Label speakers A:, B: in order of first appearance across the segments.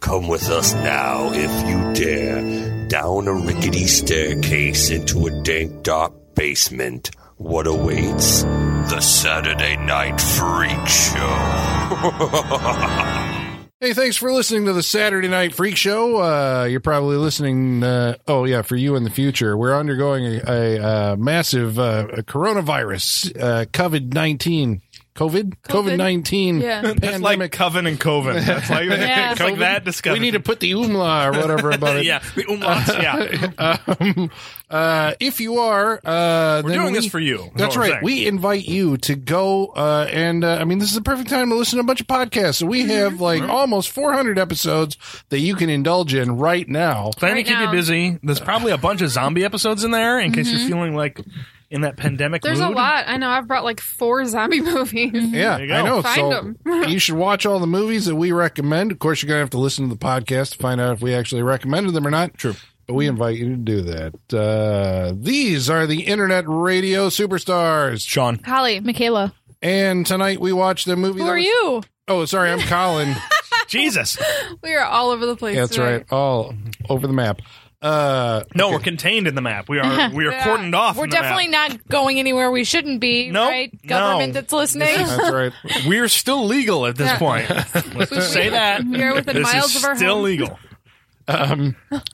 A: Come with us now, if you dare, down a rickety staircase into a dank, dark basement. What awaits? The Saturday Night Freak Show.
B: Hey, thanks for listening to the Saturday Night Freak Show. Uh, you're probably listening. Uh, oh, yeah, for you in the future, we're undergoing a, a, uh massive uh, coronavirus, uh, COVID nineteen, COVID, COVID nineteen
C: Yeah.
D: That's like
B: pandemic.
D: Coven and Coven. That's like,
C: Yeah.
D: it's
C: So
D: like
C: we-
D: that discussion.
B: we need to put the umla or whatever about it.
D: yeah, we- umlauts, yeah.
B: Um, uh, if you are, uh,
D: We're
B: then
D: doing
B: we-
D: this for you.
B: That's
D: What I'm
B: right.
D: saying.
B: We invite you to go, uh, and uh, I mean, this is the perfect time to listen to a bunch of podcasts. So we have like
D: Mm-hmm.
B: almost 400 episodes that you can indulge in right now.
D: plan
C: Right
D: to keep
C: now. Mm-hmm.
D: you busy. There's probably a bunch of zombie episodes in there in case you're feeling like in that pandemic.
C: There's
D: mood.
C: a lot. I know. I've brought like four zombie movies.
E: Mm-hmm.
B: Yeah,
D: There you go.
B: I know.
C: Find
B: so
C: 'em.
B: you should watch all the movies that we recommend. Of course, you're going to have to listen to the podcast to find out if we actually recommended them or not. True. But we invite you to do that. Uh, these are the internet radio superstars.
D: Sean.
E: Holly, Michaela,
B: And tonight we watched the movie.
E: who
B: that
E: are
B: was-
E: you?
B: Oh, sorry. I'm Colin.
D: Jesus.
C: We are all over the place.
B: That's
C: tonight.
B: right. All over the map. Uh,
D: No, we're contained in the map. We are we are
C: Yeah.
D: cordoned off.
E: We're
D: in the map.
E: definitely not going anywhere we shouldn't be,
D: Nope.
E: right?
D: No.
E: Government that's listening.
B: that's right.
D: We're still legal at this
C: Yeah.
D: point. Let's just say that.
C: We are within
D: this
C: miles
D: is
C: of our
D: still
C: home.
D: legal.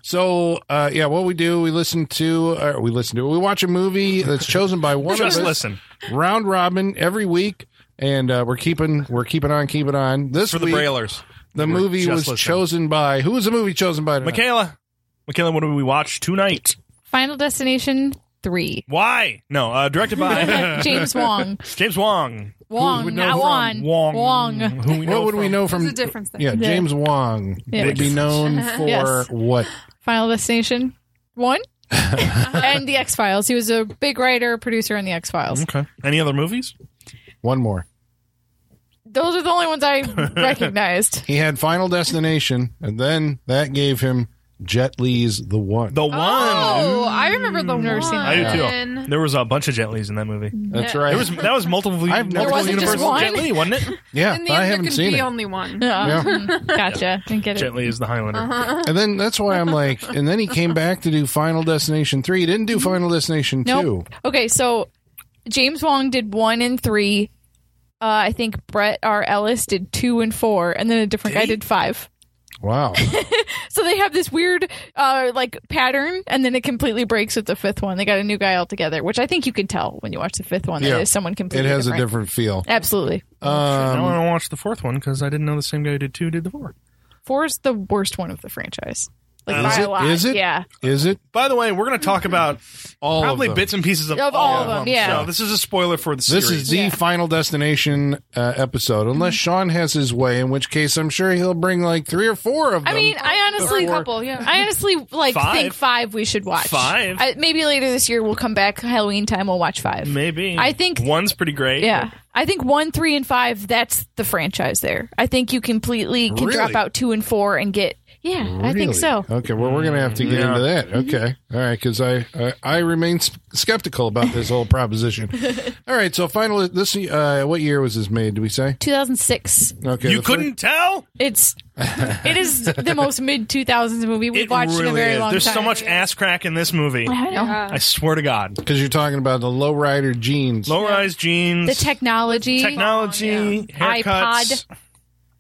B: So, uh, yeah, what we do, we listen to, uh, we listen to, we watch a movie that's chosen by one
D: Just
B: of us.
D: listen.
B: round robin every week, and uh, we're keeping we're keeping on keeping on. This
F: for the
B: week,
F: Brailers.
B: the movie
D: just
B: was
D: listening.
B: chosen by who was the movie chosen by? tonight?
D: Michaela. Michaela, what do we watch tonight?
E: Final Destination 3.
D: Why? No, uh, directed by
E: James Wong.
D: James Wong.
E: Wong,
D: would know
E: not
D: from-
E: Wong.
D: Wong.
E: Wong.
D: Who we know
B: What would we
D: from-
B: know
C: There's
B: from?
C: a difference there.
B: Yeah, James Wong
E: Yeah.
B: would be known for
E: Yes.
B: what?
E: Final Destination 1. and The X Files. He was a big writer, producer in The X Files.
D: Okay. Any other movies?
B: One more.
E: Those are the only ones I recognized.
B: He had Final Destination, and then that gave him Jet Li's The One.
D: The one.
C: Oh, I remember the
E: Never
C: one.
E: seen
D: I do too.
C: And
D: There was a bunch of Jet Lis in that movie.
B: That's
C: Yeah.
B: right.
D: There was that was multiple.
B: I've never- There
D: multiple
E: wasn't just
D: universal
E: one?
D: Jet Li, wasn't it?
B: yeah,
C: in the
B: I
C: end, there
B: haven't
C: could
B: seen
C: be
B: it.
C: only one.
E: Yeah.
B: Yeah.
E: Gotcha. Didn't get it.
D: Jet Li is the Highlander.
E: Uh-huh.
B: And then that's why I'm like, and then he came back to do Final Destination 3. He didn't do Final Destination 2.
E: Nope. Okay, so James Wong did one and three. Uh, I think Brett R. Ellis did two and four, and then a different guy did five.
B: Wow.
E: So they have this weird uh, like pattern, and then it completely breaks with the fifth one. They got a new guy altogether, which I think you can tell when you watch the fifth one.
B: Yeah.
E: That it is someone
B: It
E: completely.
B: has a
E: different.
B: different feel.
E: Absolutely,
B: Um,
D: I want to watch the fourth one because I didn't know the same guy who did two did the four.
E: four is the worst one of the franchise. Like
D: Is
E: by
B: it?
E: a lot.
B: Is it?
E: Yeah.
B: Is it?
D: By the way, we're going to talk about
B: All of
D: probably
B: them.
D: bits and pieces of,
E: Of all of them, yeah.
D: So this is a spoiler for the
B: This
D: series.
B: is the
E: Yeah. Mm-hmm.
B: final destination uh, episode, unless Sean has his way, in which case I'm sure hell bring like three or four of them.
E: I mean, I honestly,
C: a couple. Yeah.
E: I honestly like
D: Five.
E: think five we should watch.
D: Five?
E: I, maybe later this year we'll come back Halloween time. We'll watch five.
D: maybe.
E: I think-
D: one's pretty great.
E: Yeah. I think one, three, and five, that's the franchise there. I think you completely can drop
B: Really?
E: out two and four and get. Yeah, I think
B: Really?
E: so.
D: Uh,
B: Okay, well, we're going to have to get
D: Yeah. Mm-hmm.
B: into that. Okay. All right, because I, I, I remain s- skeptical about this whole proposition. All right, so final, this, uh, what year was this made, do we say?
E: 2006.
B: Okay.
D: You
B: the fir-
D: couldn't tell?
E: It's it is the most mid 2000s movie we've
D: It
E: watched in a
D: really
E: very
D: is.
E: long
D: There's
E: time.
D: so much ass crack in this movie.
E: I know.
D: I swear to God.
B: Because you're talking about the lowrider jeans.
D: Low rise jeans.
E: The technology,
D: technology. Haircuts. iPod.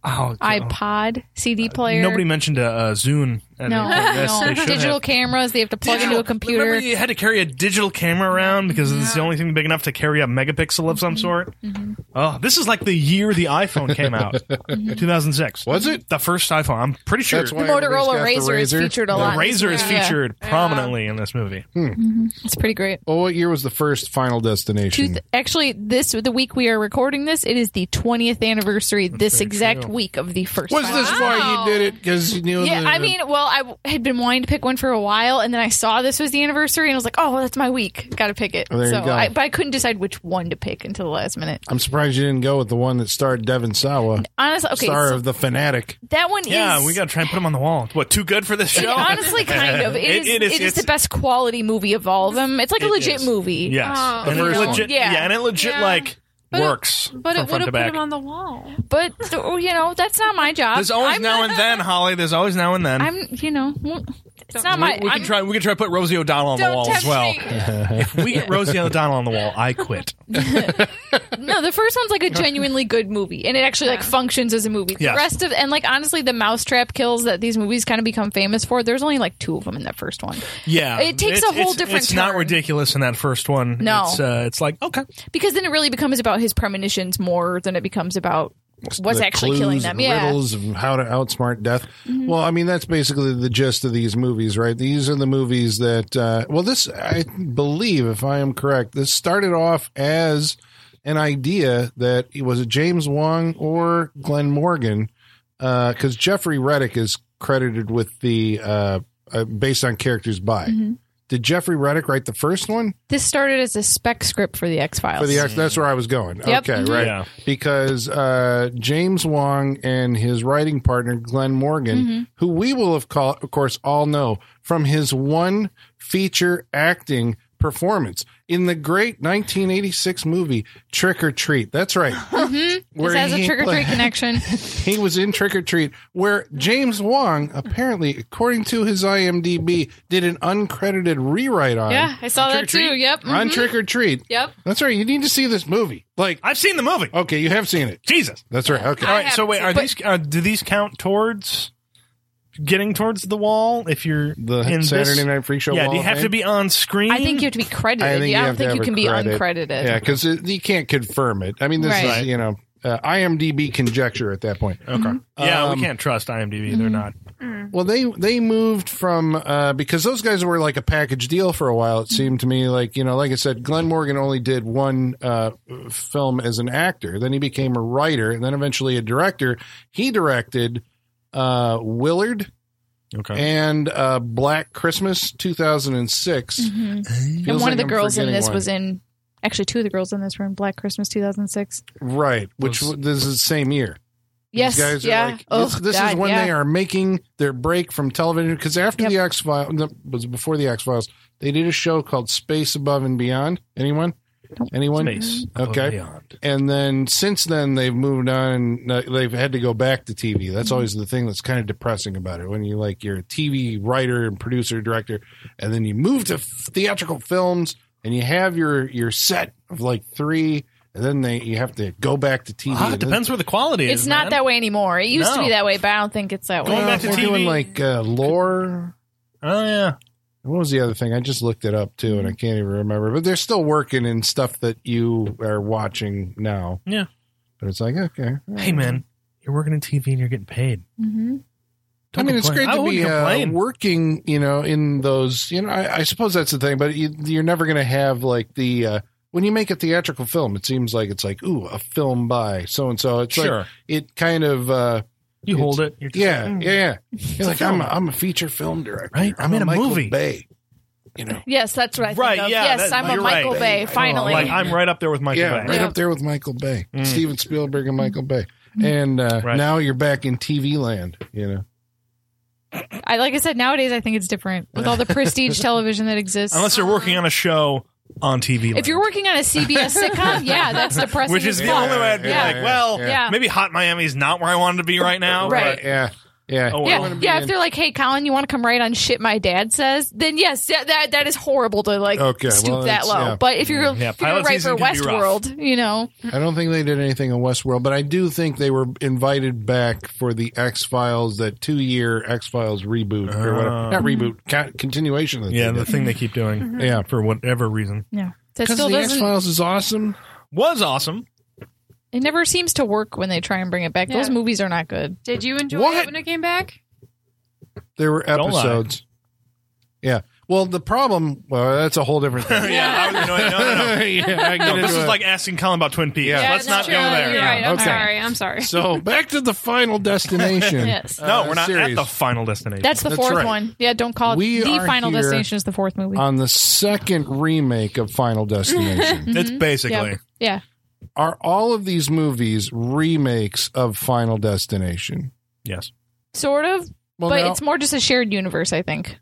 D: Oh, God.
E: iPod, CD player.
D: Uh, Nobody mentioned a, a Zune. at
E: no,
D: any point. Yes,
E: no.
D: they should
E: digital
D: have.
E: cameras. They have to plug into a computer.
D: Remember you had to carry a digital camera around because it's the only thing big enough to carry a megapixel
E: Mm-hmm.
D: of some sort. Oh, this is like the year the iPhone came out,
E: Mm-hmm.
D: 2006.
B: Was it?
D: the first iPhone? I'm pretty sure.
B: That's
E: The
B: why everybody's got
E: Motorola
B: the
E: Razor,
B: razor.
E: is featured a
B: The
E: lot.
D: the
E: in this
D: Razor is
E: movie. Yeah.
D: featured prominently in this movie.
E: It's pretty great.
B: Well, what year was the first Final
E: two
B: Destination?
E: th- actually this the week we are recording this it is the 20th anniversary this exact week of the first
B: was
E: Final
B: this why you did it? Because you knew.
E: yeah
B: the-
E: i mean well i w- had been wanting to pick one for a while and then i saw this was the anniversary and i was like oh well, that's my week gotta pick it
B: there you
E: so
B: go.
E: I, but i couldn't decide which one to pick until the last minute
B: I'm surprised you didn't go with the one that starred Devin Sawa,
E: honestly okay
B: star
E: so
B: of the Fanatic.
E: that one
D: Yeah,
E: is
D: we got to try and put them on the wall. What? Too good for this
E: it
D: show?
E: honestly kind of
D: It-
E: it is
D: it
E: it
D: is-
E: is,
D: it's-
E: the best quality movie of all of them it's like a
D: It
E: legit
D: is.
E: movie
D: Yes,
C: Oh,
D: and
B: The
D: it
B: first
E: one.
D: legit,
E: Yeah.
D: and it legit
C: Yeah.
D: like
C: But it-
D: works.
C: But
D: from
C: it would
D: front
C: have
D: to
C: put
D: back.
C: him on the wall.
E: But oh, you know, that's not my job.
D: There's always
E: I'm-
D: now and then, Holly. There's always now and then.
E: I'm, you know, well, it's
C: Don't-
E: not my.
D: we
E: I'm-
D: can try. We can try to put Rosie O'Donnell on the
E: don't
D: wall as
E: touch
D: well.
E: me.
D: If we get Rosie O'Donnell on the wall, I quit.
E: No, the first one's like a genuinely good movie, and it actually like functions as a movie. The
D: Yes.
E: rest of and like honestly, the mousetrap kills that these movies kind of become famous for. There's only like two of them in that first one
D: Yeah,
E: It takes
D: It's-
E: a whole
D: it's-
E: different
D: It's not
E: turn.
D: ridiculous in that first one.
E: No.
D: it's, uh, it's like okay,
E: because then it really becomes about his premonitions more than it becomes about what's
B: the
E: actually killing
B: clues
E: them.
B: and
E: Yeah, Mm-hmm.
B: riddles of how to outsmart death. Well, I mean that's basically the gist of these movies, right? These are the movies that. Uh, well, this I believe, if I am correct, this started off as an idea that it was it James Wong or Glenn Morgan, because Jeffrey Reddick is credited with the uh, uh, based on characters by.
E: Mm-hmm.
B: Did Jeffrey Reddick write the first one?
E: this started as a spec script for the X
B: For
E: Files.
B: the ex- that's where I was going.
E: Yep. Mm-hmm.
B: Okay, right.
D: Yeah.
B: Because uh, James Wong and his writing partner Glenn Morgan,
E: Mm-hmm.
B: who we will of, call, of course all know from his one feature acting performance in the great 1986 movie Trick or Treat. That's right.
E: Mm-hmm. this
B: Where
E: has a
B: he
E: trick or treat
B: play-
E: connection.
B: he was in Trick or Treat, where James Wong apparently, according to his IMDb, did an uncredited rewrite on
E: yeah, I saw that too. Yep.
B: on
E: mhm.
B: Trick or Treat.
E: Yep.
B: That's right. You need to see this movie. Like,
D: I've seen the movie.
B: okay, you have seen it.
D: Jesus.
B: That's right. Okay.
D: All right. So
C: haven't
D: wait,
C: seen
D: are
C: it.
D: these
C: But-
D: uh, do these count towards getting towards the wall? If you're
B: The
D: in this-
B: Saturday Night Freak Show.
D: yeah,
B: Wall
D: do you
B: of
D: have to
B: Fame?
D: be on screen?
E: I think you have to be credited. I,
B: you have
E: don't
B: to
E: think
B: have
E: you
B: a
E: can be
B: credit.
E: uncredited.
B: Yeah, because you can't confirm it. I mean, this
E: Right.
B: is you know uh, IMDb conjecture at that point.
D: Okay. Yeah,
B: Um,
D: we can't trust IMDb. They're not.
B: Well, they they moved from uh, because those guys were like a package deal for a while. It seemed to me like you know, like I said, Glenn Morgan only did one uh, film as an actor. Then he became a writer, and then eventually a director. He directed uh, Willard
D: Okay.
B: and uh, Black Christmas, two thousand and six.
E: Mm-hmm. And one of the girls in this was in. Actually, two of the girls in this were in Black Christmas 2006.
B: right, which
D: Was-
B: w this is the same year.
E: Yes.
B: These guys
E: yeah.
B: are like,
E: oh,
B: this, this
E: God,
B: is when
E: yeah.
B: they are making their break from television because after
E: Yep.
B: the X Files was before the X Files, they did a show called Space Above and Beyond. Anyone? Anyone?
D: Space.
E: Mm-hmm.
D: Oh,
B: Okay.
D: Beyond.
B: And then since then they've moved on and uh, they've had to go back to TV.
D: Mm-hmm.
B: That's always the thing that's kind of depressing about it when you like you're a TV writer and producer director and then you move to theatrical films and you have your your set of like 3 and then they you have to go back to TV.
D: Ah, it
B: and then-
D: depends where the quality is.
E: It's not
D: man.
E: that way anymore. It used to
D: No.
E: be that way, but I don't think it's that way.
D: Going back to
B: We're doing
D: TV.
B: like uh, lore.
D: Oh yeah.
B: What was the other thing? I just looked it up too, and I can't even remember. But they're still working in stuff that you are watching now.
D: Yeah.
B: But it's like okay.
E: Mm.
D: Hey man, you're working in TV and you're getting paid.
E: hmm
B: I
D: Don't
B: mean, it's
D: complain.
B: great
D: I
B: to
D: wouldn't
B: be uh,
D: complain.
B: working, you know, in those. You know, I, I suppose that's the thing. But you, you're never going to have like the uh, when you make a theatrical film. It seems like it's like ooh, a film by so and so. It's like
D: Sure.
B: it kind of uh,
D: You hold it. You're just-
B: yeah,
D: Mm.
B: yeah, yeah. You're like I'm
D: film.
B: a, I'm a feature film director.
D: Right?
B: I'm,
D: I'm
B: a,
D: in a
B: Michael
D: movie.
B: Bay. You know.
E: Yes, that's what I think
D: Right,
E: of.
D: yeah,
E: yes,
D: that-
E: I'm a
D: you're
E: Michael
D: right.
E: Bay, finally.
D: Like I'm right up there with Michael
B: yeah,
D: Bay.
B: right
E: Yeah.
B: up there with Michael Bay,
D: Mm.
B: Steven Spielberg, and Michael Bay. And uh,
D: Right.
B: now you're back in TV land, you know.
E: I Like I said, nowadays I think it's different with all the prestige television that exists.
D: Unless you're working on a show on TV.
E: if you're working on a CBS sitcom, yeah, that's depressing.
D: which
E: as
D: is the
E: fuck.
D: only way I'd be
E: Yeah.
D: like, well,
E: Yeah.
D: maybe Hot Miami's not where I wanted to be right now.
E: Right.
D: but-
B: Yeah, yeah.
D: Oh, well.
E: Yeah, yeah. If they're like, "Hey, Colin, you want to come write on shit my dad says?" Then yes, yeah, that that is horrible to like
B: Okay,
E: stoop
B: well,
E: that
B: it's-
E: low.
B: yeah.
E: But if you're,
D: Mm-hmm. Yeah,
E: if you're gonna
D: pilot
E: write for
D: season can be rough.
E: Westworld, you know,
B: I don't think they did anything in Westworld, but I do think they were invited back for the X Files, that two year X Files reboot or whatever.
D: Oh.
B: Not reboot, con- continuation. That
D: Yeah,
B: they
D: the
B: did.
D: thing they keep
E: Mm-hmm.
D: doing.
B: Yeah.
D: For whatever reason.
E: yeah, that
B: Because
E: still
B: the X
E: doesn't.
B: Files is awesome.
D: Was awesome.
E: It never seems to work when they try and bring it back.
C: Yeah.
E: Those movies are not good.
C: Did you enjoy
B: What?
C: it when it came back?
B: There were
D: Don't lie.
B: episodes. Yeah. Well, the problem. Well, that's a whole different
D: yeah.
B: thing.
D: I was annoyed. No, no, no.
B: yeah, I get
D: No, this
B: into
D: is
B: it.
D: like asking Colin about Twin Peaks.
B: Yeah. Yeah,
D: Let's not
C: that's
D: go
C: true.
D: there.
C: You're right. I'm
B: Okay.
C: sorry. I'm sorry.
B: So back to the final destination.
E: Yes.
D: No,
B: uh,
D: we're not
B: series.
D: at the final destination.
E: That's the
B: That's
E: fourth
B: right.
E: one. Yeah, don't call it
B: We
E: the
B: are
E: Final
B: here
E: Destination is the fourth movie.
D: Uh,
B: on the second remake of Final Destination.
D: it's basically.
E: mhm. yeah. yeah.
B: Are all of these movies remakes of Final Destination?
D: Yes.
E: Sort of,
B: Well,
E: but
B: now,
E: it's more just a shared universe, I think.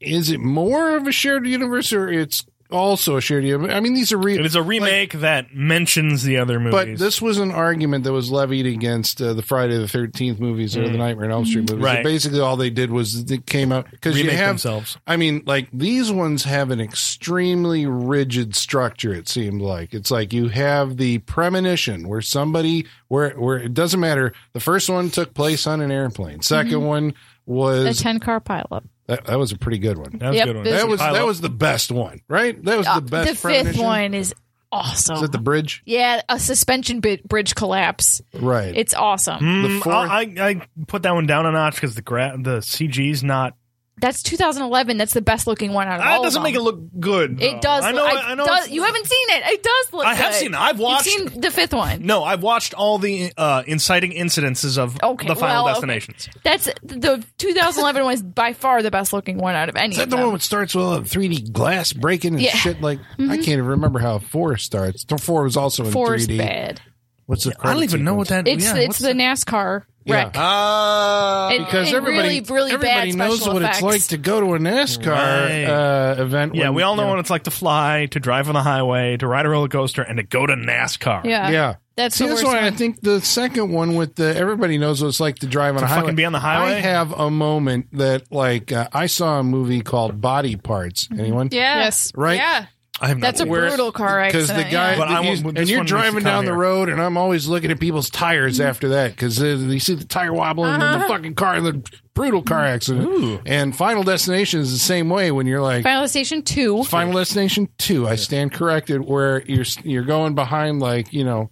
B: is it more of a shared universe or it's also a shared universe. I mean, these are real.
D: It is a remake that mentions the other
B: But
D: movies.
B: this was an argument that was levied against uh, the Friday the Thirteenth movies or the Nightmare on Elm Street movies.
D: Mm. Right.
B: So basically, all they did was they came out because you
D: Remake
B: have.
D: themselves.
B: I mean, like these ones have an extremely rigid structure. It seemed like it's like you have the premonition where somebody where where it doesn't matter. The first one took place on an airplane. 2nd one
E: A
B: was
E: ten car pileup.
B: that, that was a pretty good one.
D: that was
E: Yep,
D: a good one.
E: this-
B: That was
D: Pileup.
B: that was the best one, right? That was
E: Uh,
B: the best.
E: fifth
B: premonition.
E: one is awesome.
B: Is that the bridge?
E: yeah, a suspension bi- bridge collapse.
B: Right.
E: It's awesome.
D: Mm,
B: fourth-
D: I, I I put that one down a notch because the gra- the CG's not.
E: That's 2011. That's the best looking one out of all.
D: That
E: of
D: doesn't make it
E: them.
D: look good. though.
E: It does.
D: I know. I, know.
E: does-
D: it's-
E: you haven't seen it. It does look.
D: I have
E: good.
D: seen it. I've
E: You've
D: watched-
E: seen the fifth one.
D: No, I've watched all the uh, inciting incidences of
E: Okay,
D: the Final
E: well, okay.
D: Destinations.
E: That's the 2011 one is by far the best looking one out of any.
B: Is that
E: of
B: the
E: them.
B: one that starts with all the 3D glass breaking and
E: Yeah.
B: shit? Like I can't even remember how four starts. The Four was also in
E: Four's
B: 3D.
E: bad.
B: What's the?
D: I don't even know what that.
E: It's
D: Oh, yeah,
E: it's
D: what's
E: the NASCAR
B: Yeah.
E: wreck.
B: Uh,
D: Ah,
E: And-
B: Because
E: and
B: everybody,
E: really, really
B: everybody
E: bad
B: knows
E: special
B: what
E: effects.
B: it's like to go to a NASCAR uh, event.
D: yeah,
B: when,
D: we all know
B: you
D: what it's like to fly, to drive on the highway, to ride a roller coaster, and to go to NASCAR.
E: Yeah,
B: Yeah.
E: That's
B: See,
E: the
B: that's
E: worst
B: why I
E: one.
B: think the second one with the everybody knows what it's like to drive on
D: To
B: a highway.
D: fucking be on the highway?
B: I have a moment that like uh, I saw a movie called Body Parts. Anyone?
C: Yeah.
E: Yes.
B: Right?
C: Yeah.
D: I have not.
E: That's a
B: Where-
E: brutal car
B: because
E: accident.
B: the guy
E: yeah.
D: But I
B: he's-
D: want-
B: and
D: this
B: you're
D: one needs to
B: driving
D: come
B: down
D: here.
B: the road and i'm always looking at people's tires
E: Mm-hmm.
B: after that because uh, you see the tire wobbling and
E: Uh-huh.
B: the fucking car the brutal car
E: Mm-hmm.
B: accident and final destination is the same way when you're like
E: Final Station Two.
B: final destination 2 i stand corrected where you're you're going behind like you know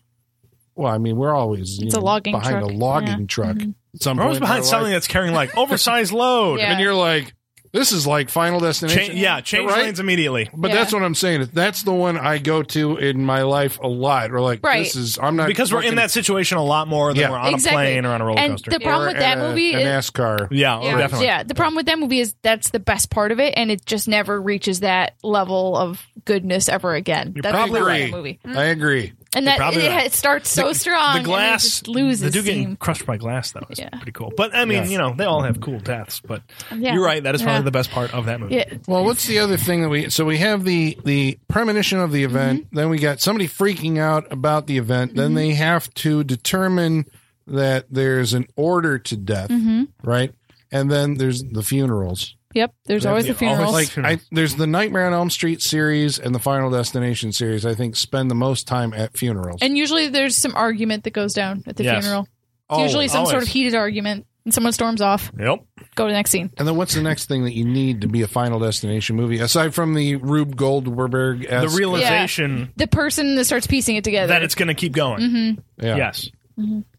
B: well i mean we're always you
E: It's a
B: know,
E: logging
B: behind
E: truck. Mm-hmm.
B: a logging truck at some
D: We're always
B: point in our
D: behind something
B: life.
D: that's carrying like oversized load.
E: Yeah.
B: and you're like this is like final
D: Cha-
B: destination
D: yeah, change
B: Right?
D: lanes immediately.
B: But
E: Yeah.
B: that's what I'm saying. That's the one I go to in my life a lot. Or like,
E: Right.
B: this is I'm not
D: Because we're in
B: fucking-
D: that situation a lot more than
B: Yeah.
D: we're on
E: Exactly.
D: a plane or on a roller
E: And
D: coaster.
E: the problem
B: or
E: with that
B: at a-
E: movie
B: a
E: is
B: NASCAR.
D: yeah, oh,
C: Yeah.
D: definitely.
E: Yeah, the problem with that movie is that's the best part of it, and it just never reaches that level of goodness ever again.
D: You're
E: that's
B: probably
E: the problem with
B: right.
E: that movie,
B: I agree.
E: and that
D: probably
E: it,
D: right.
E: it starts so strong,
D: the glass
E: and it just loses
D: They do get
E: steam.
D: crushed by glass though. It's
E: Yeah.
D: pretty cool. But I mean,
B: Yeah.
D: you know, they all have cool deaths. But
E: Yeah.
D: you're right. That is probably
E: Yeah.
D: the best part of that movie.
E: Yeah,
B: Well, what's the other thing that we? So we have the the premonition of the event.
E: Mm-hmm.
B: Then we got somebody freaking out about the event. Then they have to determine that there's an order to death,
E: Mm-hmm.
B: right? And then there's the funerals.
E: yep. There's always the
D: yeah, always
E: funerals.
D: like-
B: Like I, there's the Nightmare on Elm Street series and the Final Destination series. I think spend the most time at funerals.
E: and usually there's some argument that goes down at the
D: Yes. Oh,
E: funeral. It's
B: Always.
E: usually some sort
D: always.
E: of heated argument, and someone storms off.
D: Yep.
E: Go to the next scene.
B: And then what's the next thing that you need to be a Final Destination movie aside from the Rube Goldberg?
D: The realization
E: The person that starts piecing it together.
D: that it's going to keep going.
E: Mm-hmm.
D: Yes.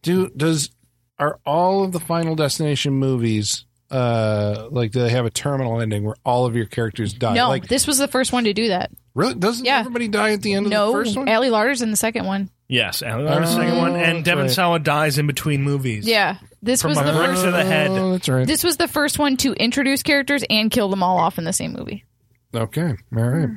B: Do does are all of the Final Destination movies uh like do they have a terminal ending where all of your characters die?
E: no,
B: like
E: this was the first one to do that.
B: really doesn't
E: yeah.
B: everybody die at the end of
E: No,
B: the first one?
E: Allie Larder's in the second one.
D: Yes. And the second
B: Oh,
D: one, and
B: that's
D: Devin
B: right.
D: Sawa dies in between movies.
E: Yeah, this
D: From
E: was
D: a
E: the
D: brick
E: first.
D: to the head.
B: Oh, that's right.
E: This was the first one to introduce characters and kill them all off in the same movie.
B: okay, all right,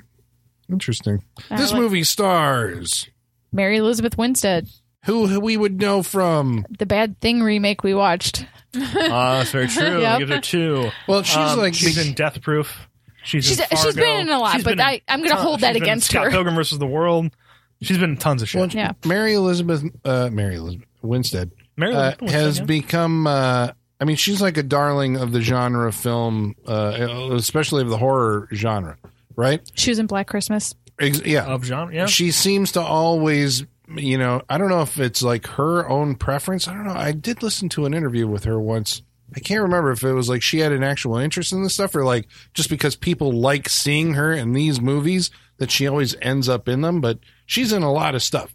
B: interesting.
E: I
B: this
E: like-
B: movie stars
E: Mary Elizabeth Winstead,
B: who, who we would know from.
E: the Bad Thing remake we watched.
D: Ah, that's very true.
E: Yep.
D: Give her two.
B: Well, she's
D: Um,
B: like
D: she's in Death Proof. She's
E: She's,
D: in
E: she's
D: Fargo.
E: been in a lot,
D: She's
E: but
D: been in
E: I, I'm going to
D: ton-
E: hold that
D: she's been in
E: against
D: Scott
E: her.
D: Pilgrim versus the World. She's been in tons of shit.
B: well,
E: Yeah.
B: Mary Elizabeth uh, Mary Elizabeth Winstead
D: Mary
B: uh,
E: Oh,
D: Elizabeth Winstead,
B: has
D: yeah.
B: become. Uh, I mean, she's like a darling of the genre of film, uh, especially of the horror genre, right?
E: She was in Black Christmas.
B: Ex- yeah,
E: Oh,
D: of genre. Yeah.
B: she seems to always. You know, I don't know if it's like her own preference. I don't know. I did listen to an interview with her once. I can't remember if it was like she had an actual interest in this stuff or like just because people like seeing her in these movies that she always ends up in them. But she's in a lot of stuff.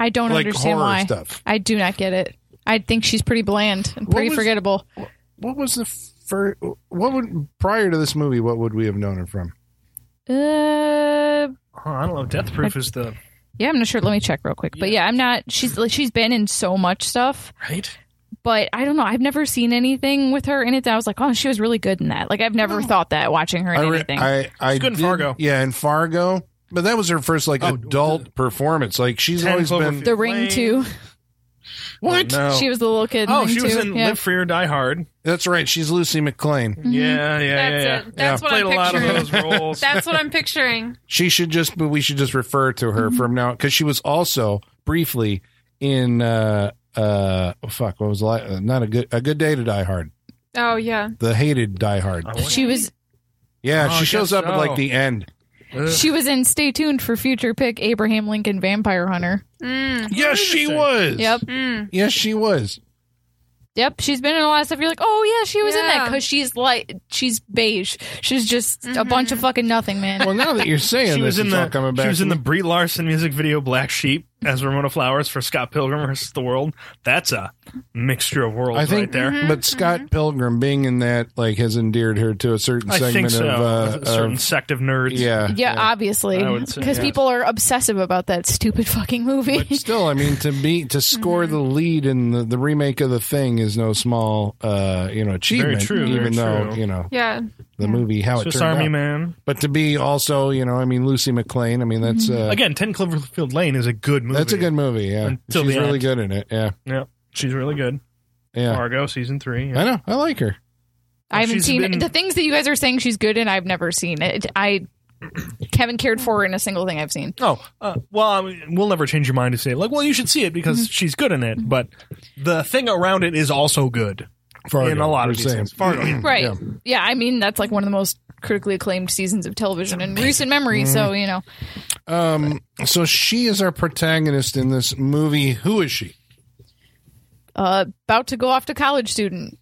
E: I don't
B: Like
E: understand
B: horror
E: why.
B: stuff.
E: I do not get it. I think she's pretty bland and pretty
B: was-
E: forgettable.
B: What was the first? What would prior to this movie? What would we have known her from?
E: Uh,
D: Oh, I don't know. Death Proof is the
E: yeah, I'm not sure. Let me check real quick. But yeah, I'm not. She's like, she's been in so much stuff,
D: right.
E: but I don't know. I've never seen anything with her in it that I was like, oh, she was really good in that. Like I've never thought that watching her in
B: I, re-
E: anything.
B: I, I
D: good in
B: did-
D: Fargo. Oh,
B: Yeah, in Fargo, but that was her first like adult performance. Like she's
D: Ten
B: always been.
D: Cloverfield
E: the Ring
D: Lane.
E: too.
B: What?
D: No.
E: She was the little kid. in
D: Oh,
E: Ring
D: she was
E: Two.
D: in
E: Yeah. Mm-hmm.
D: Live Free or Die Hard.
B: That's right. She's Lucy McClain.
D: Yeah, yeah, yeah.
C: That's
D: yeah.
C: it. That's
D: yeah.
C: what
D: Played
C: I'm
D: a lot of
C: picturing.
D: those roles.
C: That's what I'm picturing.
B: She should just, but we should just refer to her from now because she was also briefly in. uh uh, fuck! What was the li- uh, not a good a good day to Die Hard?
C: Oh yeah.
B: The hated Die Hard.
D: I wonder-
E: She was
B: Yeah,
D: Oh, I
B: she shows
D: guess
B: up at like
D: so.
B: the end.
E: she was in Stay Tuned for Future Pick Abraham Lincoln Vampire Hunter.
C: Mm,
B: Yes, she was.
E: Yep.
C: mm.
B: Yes, she was.
E: Yep, she's been in a lot of stuff. You're like, oh yeah, she was in that
C: Yeah.
E: because she's like, she's beige. She's just
D: Mm-hmm.
E: a bunch of fucking nothing, man.
B: Well, now that you're saying
D: She
B: this,
D: was in
B: it's all coming back.
D: the she was
B: to
D: in the
B: me.
D: Brie Larson music video Black Sheep as Ramona Flowers for Scott Pilgrim versus the World. That's a mixture of worlds
B: I think,
D: right there.
B: but Scott Pilgrim being in that like has endeared her to a certain
D: I
B: segment
D: think so.
B: of, uh,
D: a certain
B: of-
D: sect of nerds.
B: yeah,
E: yeah, obviously,
D: I would say,
E: because
D: yeah.
E: people are obsessive about that stupid fucking movie.
B: But still, I mean, to be to score the lead in the, the remake of the thing is no small, uh, you know, achievement.
D: true, very
B: Even though
D: true.
B: you know
C: Yeah.
B: the movie how it
D: Swiss
B: turned
D: Army
B: out.
D: Man.
B: But to be also, you know, I mean, Lucy McLean. I mean, that's uh,
D: Again, Ten Cloverfield Lane is a good movie.
B: that's a good movie. Yeah,
D: Until
B: she's
D: the
B: really
D: end.
B: good in it. Yeah,
D: Yeah, she's really good.
B: yeah.
D: Fargo season three. yeah.
B: I know. I like her.
E: I haven't
D: she's
E: seen
D: been-
E: the things that you guys are saying she's good in. I've never seen it. I haven't cared for her in a single thing I've seen.
D: Oh, uh, well, I mean, we'll never change your mind to say like, well, you should see it because
B: Mm-hmm.
D: she's good in it. But the thing around it is also good
B: Fargo,
D: in a lot
B: we're
D: of these
B: saying.
D: things. Fargo. yeah.
E: Right?
B: Yeah.
E: Yeah. I mean that's like one of the most critically acclaimed seasons of television in recent memory.
D: Mm-hmm.
E: So you know,
B: Um, so she is our protagonist in this movie. Who is she?
E: uh, about to go off to college student.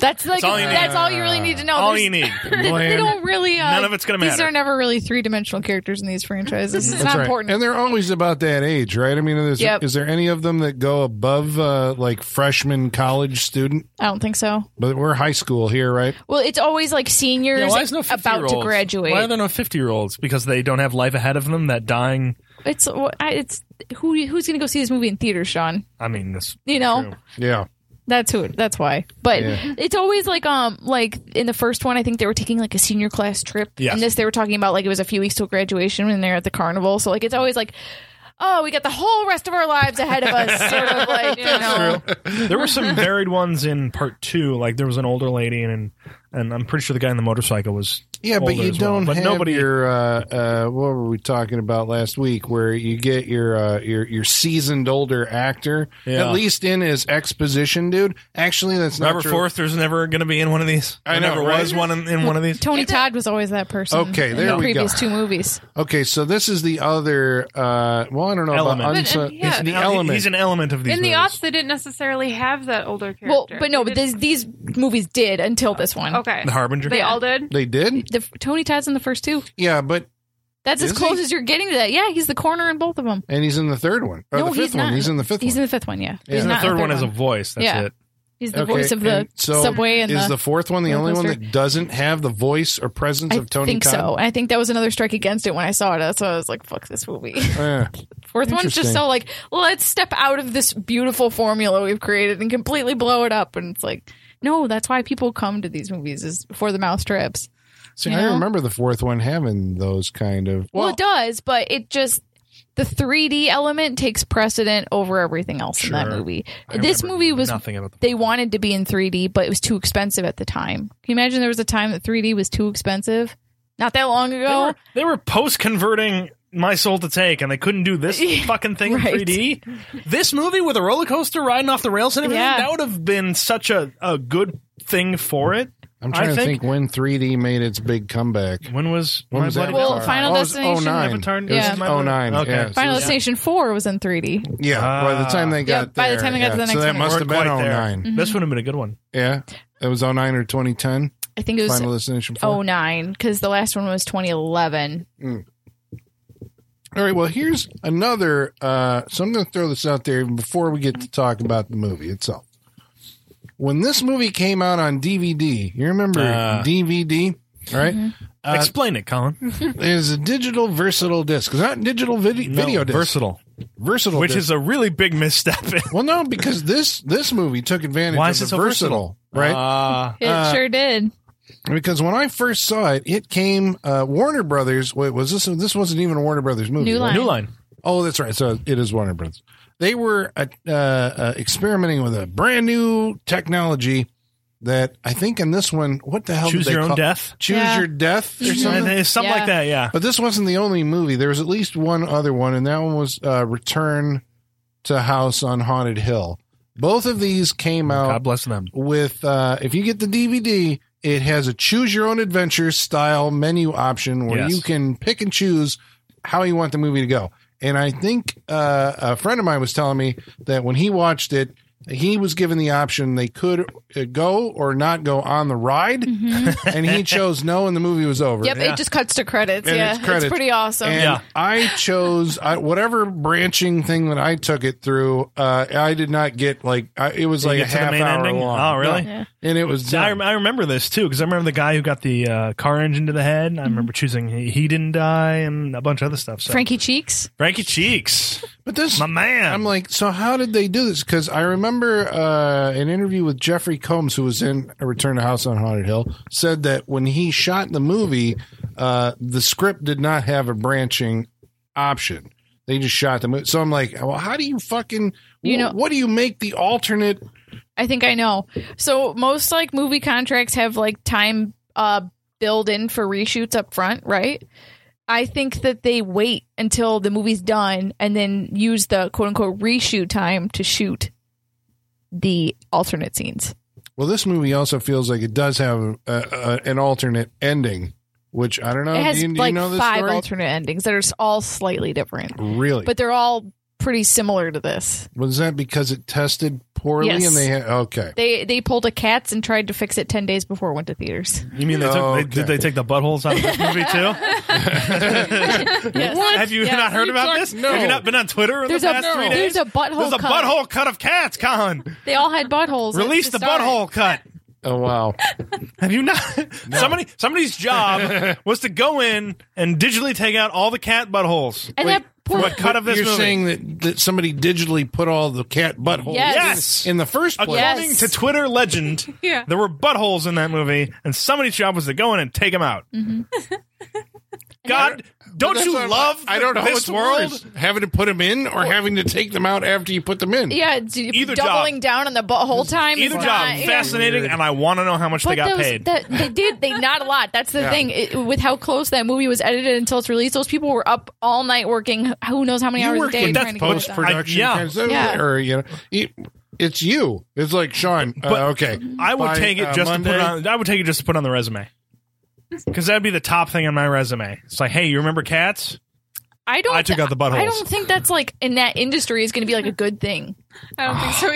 E: That's like that's
D: all
E: all
D: you
E: you,
D: need.
E: really need to know.
D: All
E: There's-
D: you need.
E: they don't really. Uh,
D: None of it's gonna
E: These
D: matter.
E: are never really three dimensional characters in these franchises. It's
B: That's
E: not
B: right.
E: important.
B: And they're always about that age, right? I mean, is,
E: Yep.
B: is there any of them that go above uh, like freshman college student?
E: I don't think so.
B: But we're high school here, right?
E: Well, it's always like seniors
D: Yeah, why is no 50 year
E: about
D: olds?
E: to graduate.
D: Why are there no 50 year olds? Because they don't have life ahead of them. That dying.
E: it's wh- I- it's who who's going to go see this movie in theaters, Sean?
D: I mean, this.
E: You know,
D: True.
B: Yeah.
E: that's who. That's why. But
B: Yeah.
E: it's always like um like in the first one, I think they were taking like a senior class trip.
D: Yes.
E: And this they were talking about like it was a few weeks till graduation when they're at the carnival. So like it's always like. Oh, we got the whole rest of our lives ahead of us, sort of like you know.
D: There were some varied ones in part two. Like there was an older lady, and and I'm pretty sure the guy on the motorcycle was.
B: Yeah, but
D: older
B: you
D: as well.
B: don't
D: But
B: have
D: nobody.
B: your uh, uh, what were we talking about last week where you get your uh, your your seasoned older actor
D: Yeah.
B: at least in as exposition dude. Actually, that's not
D: Robert
B: true.
D: Forster's never going to be in one of these.
B: I
D: There
B: know,
D: never
B: right?
D: was one in, in one of these.
E: Tony Todd was always that person.
B: Okay, there
E: in the
B: we go.
E: previous two movies.
B: Okay, so this is the other uh, well, I don't know about
D: Element.
B: unso-
C: But, uh, yeah.
B: it's the
D: Now, he-
B: element.
D: He's an element of these.
C: In the
D: movies.
C: aughts, they didn't necessarily have that older character.
E: Well, but no,
C: They
E: but
C: didn't-
E: these these movies did until this one.
C: okay.
D: the Harbinger.
C: They all did.
B: they did?
E: The Tony Todd's in the first two.
B: Yeah, but
E: That's
B: Is
E: as close
B: he?
E: as you're getting to that. Yeah, he's the corner in both of them.
B: and he's in the third one. Or
E: no,
B: Oh, the fifth
E: he's
B: one.
E: not.
B: He's in the fifth
E: He's
B: one.
E: in the fifth one. Yeah,
B: Yeah.
E: he's
D: And the
E: not in
D: third one is a voice. That's
E: Yeah.
D: it.
E: He's the voice of the
B: and so
E: subway and
B: is
E: the.
B: the, fourth one the
E: roller
B: only one
E: coaster.
B: that doesn't have the voice or presence
E: I
B: of Tony
E: think so.
B: Todd?
E: I think that was another strike against it when I saw it. That's why I was like, "Fuck this movie."
B: Oh, Yeah.
E: Fourth one's
B: Interesting.
E: just so like, let's step out of this beautiful formula we've created and completely blow it up. And it's like, no, that's why people come to these movies is for the mousetraps.
B: See,
E: You
B: I
E: know?
B: remember the fourth one having those kind of.
E: Well,
B: Well,
E: it does, but it just the 3D element takes precedent over everything else in that
D: Sure.
E: movie.
D: I
E: this
D: remember
E: movie was
D: nothing about the.
E: they wanted to be in 3D, but it was too expensive at the time. Can you imagine there was a time that 3D was too expensive? Not that long
D: They
E: ago.
D: were, they were post converting My Soul to Take, and they couldn't do this fucking thing
E: Right.
D: in 3D. This movie with a roller coaster riding off the rails and everything,
E: Yeah.
D: that would have been such a, a good thing for it.
B: I'm trying
D: I
B: to
D: think-
B: think when 3D made its big comeback.
D: When was
B: When
D: My
B: was
D: Bloody
B: that?
E: Well,
D: Valentine?
E: Final
B: Oh, it was
E: Destination
B: 09.
D: Avatar?
B: It was
E: Yeah.
D: My
B: 09.
D: Bloody-
B: Yeah.
D: Okay.
E: Final
D: Yeah.
E: Destination 4 was in 3D.
B: Yeah, by the time they
E: Yeah,
B: got
E: by the
B: there,
E: time they got to
B: yeah.
E: the next
B: Ah. so that
E: one, Mm. it
B: must
D: Weren't
B: have been
D: quite there.
B: 09.
D: This would have been a good one.
B: Yeah, it was 09 or 2010.
E: I think it was
B: Final Destination 4.
E: 09 cuz the last one was 2011.
B: All right. Well, here's another. Uh, so I'm going to throw this out there before we get to talk about the movie itself. When this movie came out on DVD, you remember
D: Uh.
B: DVD, right?
E: Mm-hmm.
B: Uh,
D: Explain it, Colin.
B: There's a digital versatile disc. It's not digital vid- video disc.
D: versatile,
B: versatile,
D: which
B: disc.
D: is a really big misstep.
B: well, no, because this this movie took advantage
D: Why
B: of
D: is
B: the
D: it so
B: versatile,
D: versatile?
B: right?
D: Uh,
E: It sure did.
B: because when I first saw it, it came uh, Warner Brothers. Wait, was this this wasn't even a Warner Brothers movie?
E: New
B: right?
E: Line.
D: new line.
B: Oh, that's right. So it is Warner Brothers. they were uh, uh, uh, experimenting with a brand new technology that I think in this one, what the hell?
D: Choose
B: did they
D: your own
B: call-
D: death.
B: Choose
E: Yeah.
B: your death
D: Mm-hmm.
B: or something.
E: Mm-hmm.
D: Something, something like that, yeah.
B: But this wasn't the only movie. There was at least one other one, and that one was uh, Return to House on Haunted Hill. Both of these came
D: God
B: out
D: bless them.
B: with, uh, if you get the DVD, it has a choose your own adventure style menu option where
D: Yes.
B: you can pick and choose how you want the movie to go. And I think uh, a friend of mine was telling me that when he watched it, he was given the option they could uh, go or not go on the ride, and he chose no, and the movie was over.
E: Mm-hmm. Yep, it just cuts to credits.
B: And
E: yeah,
B: it's credits.
E: it's pretty awesome.
B: And
D: Yeah.
B: I chose I, whatever branching thing that I took it through. Uh, I did not get like I, it was like
D: you
B: a
D: get to the
B: half
D: main
B: hour
D: ending?
B: long.
D: Oh, really?
B: No.
E: Yeah.
B: And it was
D: I,
B: done.
D: rem- I remember this too because I remember the guy who got the uh, car engine to the head.
E: Mm-hmm.
D: I remember choosing he, he didn't die and a bunch of other stuff. So.
E: Frankie Cheeks.
D: Frankie Cheeks,
B: but this.
D: my man.
B: I'm like, so how did they do this? Because I remember uh, an interview with Jeffrey Combs, who was in A Return to House on Haunted Hill, said that when he shot the movie, uh, the script did not have a branching option. They just shot the movie. So I'm like, well, how do you fucking,
E: You
B: wh-
E: know-
B: what do you make the alternate
E: I think I know. So most like movie contracts have like time uh build in for reshoots up front, right? I think that they wait until the movie's done and then use the quote unquote reshoot time to shoot the alternate scenes.
B: Well, this movie also feels like it does have a, a, a, an alternate ending, which I don't know.
D: Uh,
E: it has
B: do you, do you
E: like
B: know this
E: five
B: story?
E: alternate endings that are s- all slightly different,
B: really?
E: but they're all pretty similar to this.
B: was that because it tested poorly
E: Yes.
B: and they had okay?
E: They they pulled a cats and tried to fix it 10 days before it went to theaters.
D: you mean they took?
B: Oh,
D: They,
B: okay.
D: Did they take the buttholes out of this movie too?
E: Yes.
D: Have you not heard about this?
B: no.
D: Have you not been on Twitter in
E: There's
D: the
E: a
D: past three days?
E: there's a butthole
D: There's a
E: cut.
D: butthole cut of cats, Colin.
E: They all had buttholes.
D: Release
E: It's
D: the
E: start.
D: butthole cut.
B: Oh wow!
D: Have you not? Somebody, somebody's job was to go in and digitally take out all the cat buttholes.
E: And that poor
D: What cut of this
B: You're
D: movie?
B: saying that, that somebody digitally put all the cat buttholes
E: Yes.
B: in the first place.
E: Yes.
D: According to Twitter legend,
C: Yeah.
D: there were buttholes in that movie, and somebody's job was to go in and take them out.
E: Mm-hmm.
D: God, don't
B: That's
D: you
B: what I'm-
D: love
B: I don't know
D: this
B: what's
D: world?
B: worse, having to put them in or having to take them out after you put them in.
E: yeah, d-
D: Either
E: doubling
D: job.
E: down on the butthole time.
D: Either
E: is
D: job,
E: not, yeah.
D: fascinating, and I want to know how much
E: But
D: they got
E: those,
D: paid.
E: That, they did. They not a lot. That's the thing. It, with how close that movie was edited until its release, those people were up all night working. Who knows how many
B: you
E: hours a
B: work
E: day
B: in
E: trying to get it
B: post
E: done.
B: production.
D: I- yeah.
E: Yeah.
B: or you know, you- it's you. It's like Sean.
D: But
B: uh, okay,
D: I would
B: By,
D: take it
B: uh,
D: just
B: Monday,
D: to put on. I would take it just to put on the resume. Because that'd be the top thing on my resume. It's like, hey, you remember cats?
E: I don't.
D: I took out the buttholes.
E: I don't think that's like in that industry is going to be like a good thing.
C: I don't think so
D: I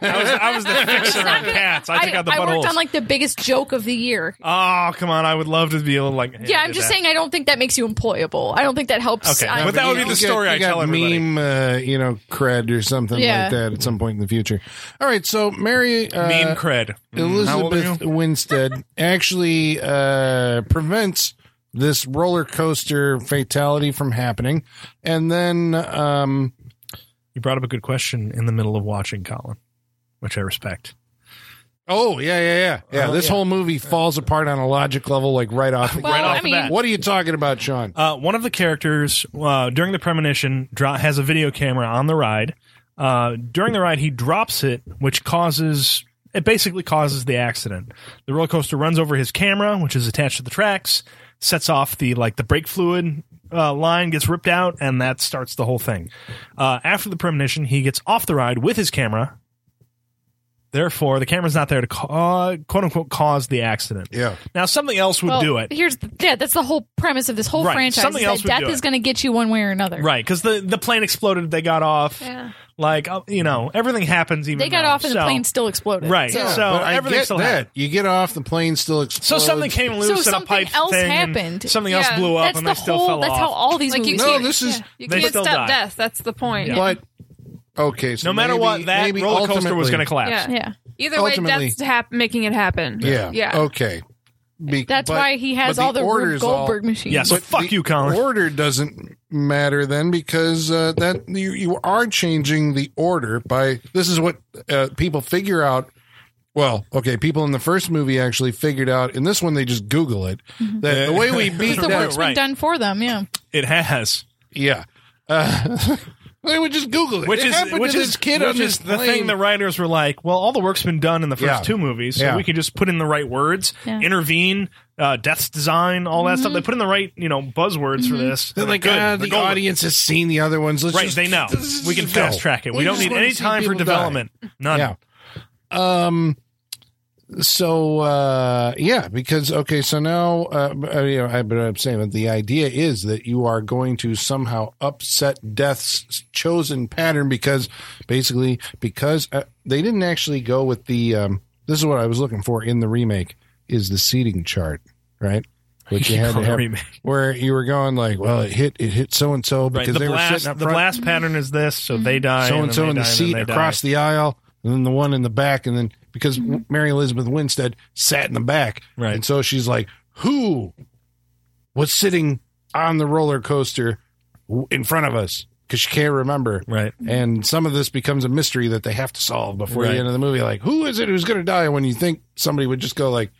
C: either.
D: was, I was the fixer on cats. I took out the
E: I
D: buttholes.
E: worked on like the biggest joke of the year.
D: Oh, come on. I would love to be able to, like. hey,
E: Yeah,
D: I
E: I'm
D: did
E: just
D: that.
E: saying. I don't think that makes you employable. I don't think that helps.
D: Okay,
E: on-
D: but that would
B: you
D: be the
B: get-
D: story
B: you
D: I
B: got
D: tell everybody.
B: Meme, uh, you know, cred or something
E: Yeah.
B: like that at some point in the future. All right, so Mary uh,
D: Meme cred. Mm, How old are
B: Elizabeth
D: you?
B: Winstead actually uh, prevents this roller coaster fatality from happening, and then um,
D: You brought up a good question in the middle of watching Colin, which I respect.
B: oh yeah yeah yeah yeah
D: Oh,
B: this
D: yeah.
B: whole movie falls apart on a logic level like right off. the
E: Well,
D: right off
E: I
D: the
E: mean,
D: bat.
B: what are you talking about, Sean?
D: Uh, one of the characters uh, during the premonition dro- has a video camera on the ride. Uh, during the ride, he drops it, which causes it basically causes the accident. The roller coaster runs over his camera, which is attached to the tracks, sets off the like the brake fluid uh, line gets ripped out, and that starts the whole thing. Uh, after the premonition, he gets off the ride with his camera. Therefore, the camera's not there to ca- uh, quote unquote cause the accident.
B: Yeah.
D: Now, something else would
E: Well,
D: do it.
E: Here's the, yeah, that's the whole premise of this whole
D: Right.
E: franchise.
D: Something
E: is that
D: else would do
E: death
D: it.
E: is going to get you one way or another.
D: Right, because the the plane exploded. They got off.
C: Yeah.
D: Like uh, you know, everything happens. Even
E: They got
D: now.
E: off and the
D: So-
E: plane still exploded.
D: Right.
E: So,
D: So
B: but I
D: everything
B: get
D: still
B: that.
D: happened.
B: You get off, the plane still explodes.
D: So something came loose
E: So
D: and a
E: something
D: pipe
E: else
D: thing and
E: happened.
D: Something
C: Yeah.
D: else blew up
E: that's
D: and
E: the
D: they still
E: whole.
D: fell
E: That's
D: off.
E: how all these
C: Like you
E: movies.
B: No,
C: can't,
B: this is-
C: yeah, you
D: They
C: can't
D: still die.
C: stop death. That's the point.
D: Yeah.
B: But okay, so
D: no matter
B: maybe-
D: what, that
B: maybe
D: roller coaster was
B: ultimately-
D: going to collapse.
C: Yeah.
E: yeah.
C: Either way,
B: Ultimately-
C: death's hap- making it happen.
B: Yeah.
C: Yeah.
B: Okay. Be-
E: That's
B: but-
E: why he has
B: but
E: all the
B: order
E: Rube
B: is all-
E: Goldberg machines.
D: Yes. So fuck
B: the
D: you, Colin.
B: Order doesn't matter then because uh, that you, you are changing the order by this is what uh, people figure out. Well, okay, people in the first movie actually figured out. In this one, they just Google it. That the way we beat
E: The
D: Yeah,
E: work's
B: death,
E: been
D: right.
E: done for them. Yeah.
D: It has.
B: yeah. Uh, They would just Google it.
D: Which
B: It
D: is
B: happened
D: which
B: to
D: is
B: this kid
D: which
B: on this
D: is the
B: plane.
D: thing the writers were like, well, all the work's been done in the first
B: Yeah.
D: two movies, so
B: Yeah.
D: we could just put in the right words,
E: Yeah. Mm-hmm.
D: intervene, uh, death's design, all that stuff. They put in the right you know buzzwords for this.
B: They're like,
D: Good.
B: ah,
D: They're
B: the
D: golden."
B: audience has seen the other ones. Let's
D: Right,
B: just-
D: they know.
B: let's
D: We can
B: just go.
D: fast track it. We, don't
B: just
D: need
B: wanna
D: any
B: see
D: time for
B: people die.
D: development. None.
B: Yeah. Um. So uh, yeah, because okay, so now uh, I mean, I, but I'm saying that the idea is that you are going to somehow upset death's chosen pattern because basically because uh, they didn't actually go with the um, this is what I was looking for in the remake is the seating chart right which you had to have
D: Remake.
B: where you were going like well it hit it hit so and so
D: Right.
B: because
D: The
B: they were
D: blast,
B: sitting up
D: the
B: front
D: blast pattern is this, so they die.
B: so and
D: then
B: so
D: they
B: in the
D: die, and then
B: seat
D: they die.
B: across the aisle, and then the one in the back, and then because Mary Elizabeth Winstead sat in the back,
D: Right.
B: and so she's like, "Who was sitting on the roller coaster w- in front of us?" Because she can't remember,
D: Right.
B: and some of this becomes a mystery that they have to solve before
D: Right.
B: the end of the movie. Like, who is it who's going to die? When you think somebody would just go like,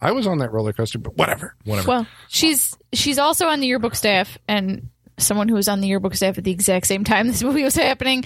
B: "I was on that roller coaster," but whatever, whatever.
E: Well, she's she's also on the yearbook staff, and someone who was on the yearbook staff at the exact same time this movie was happening.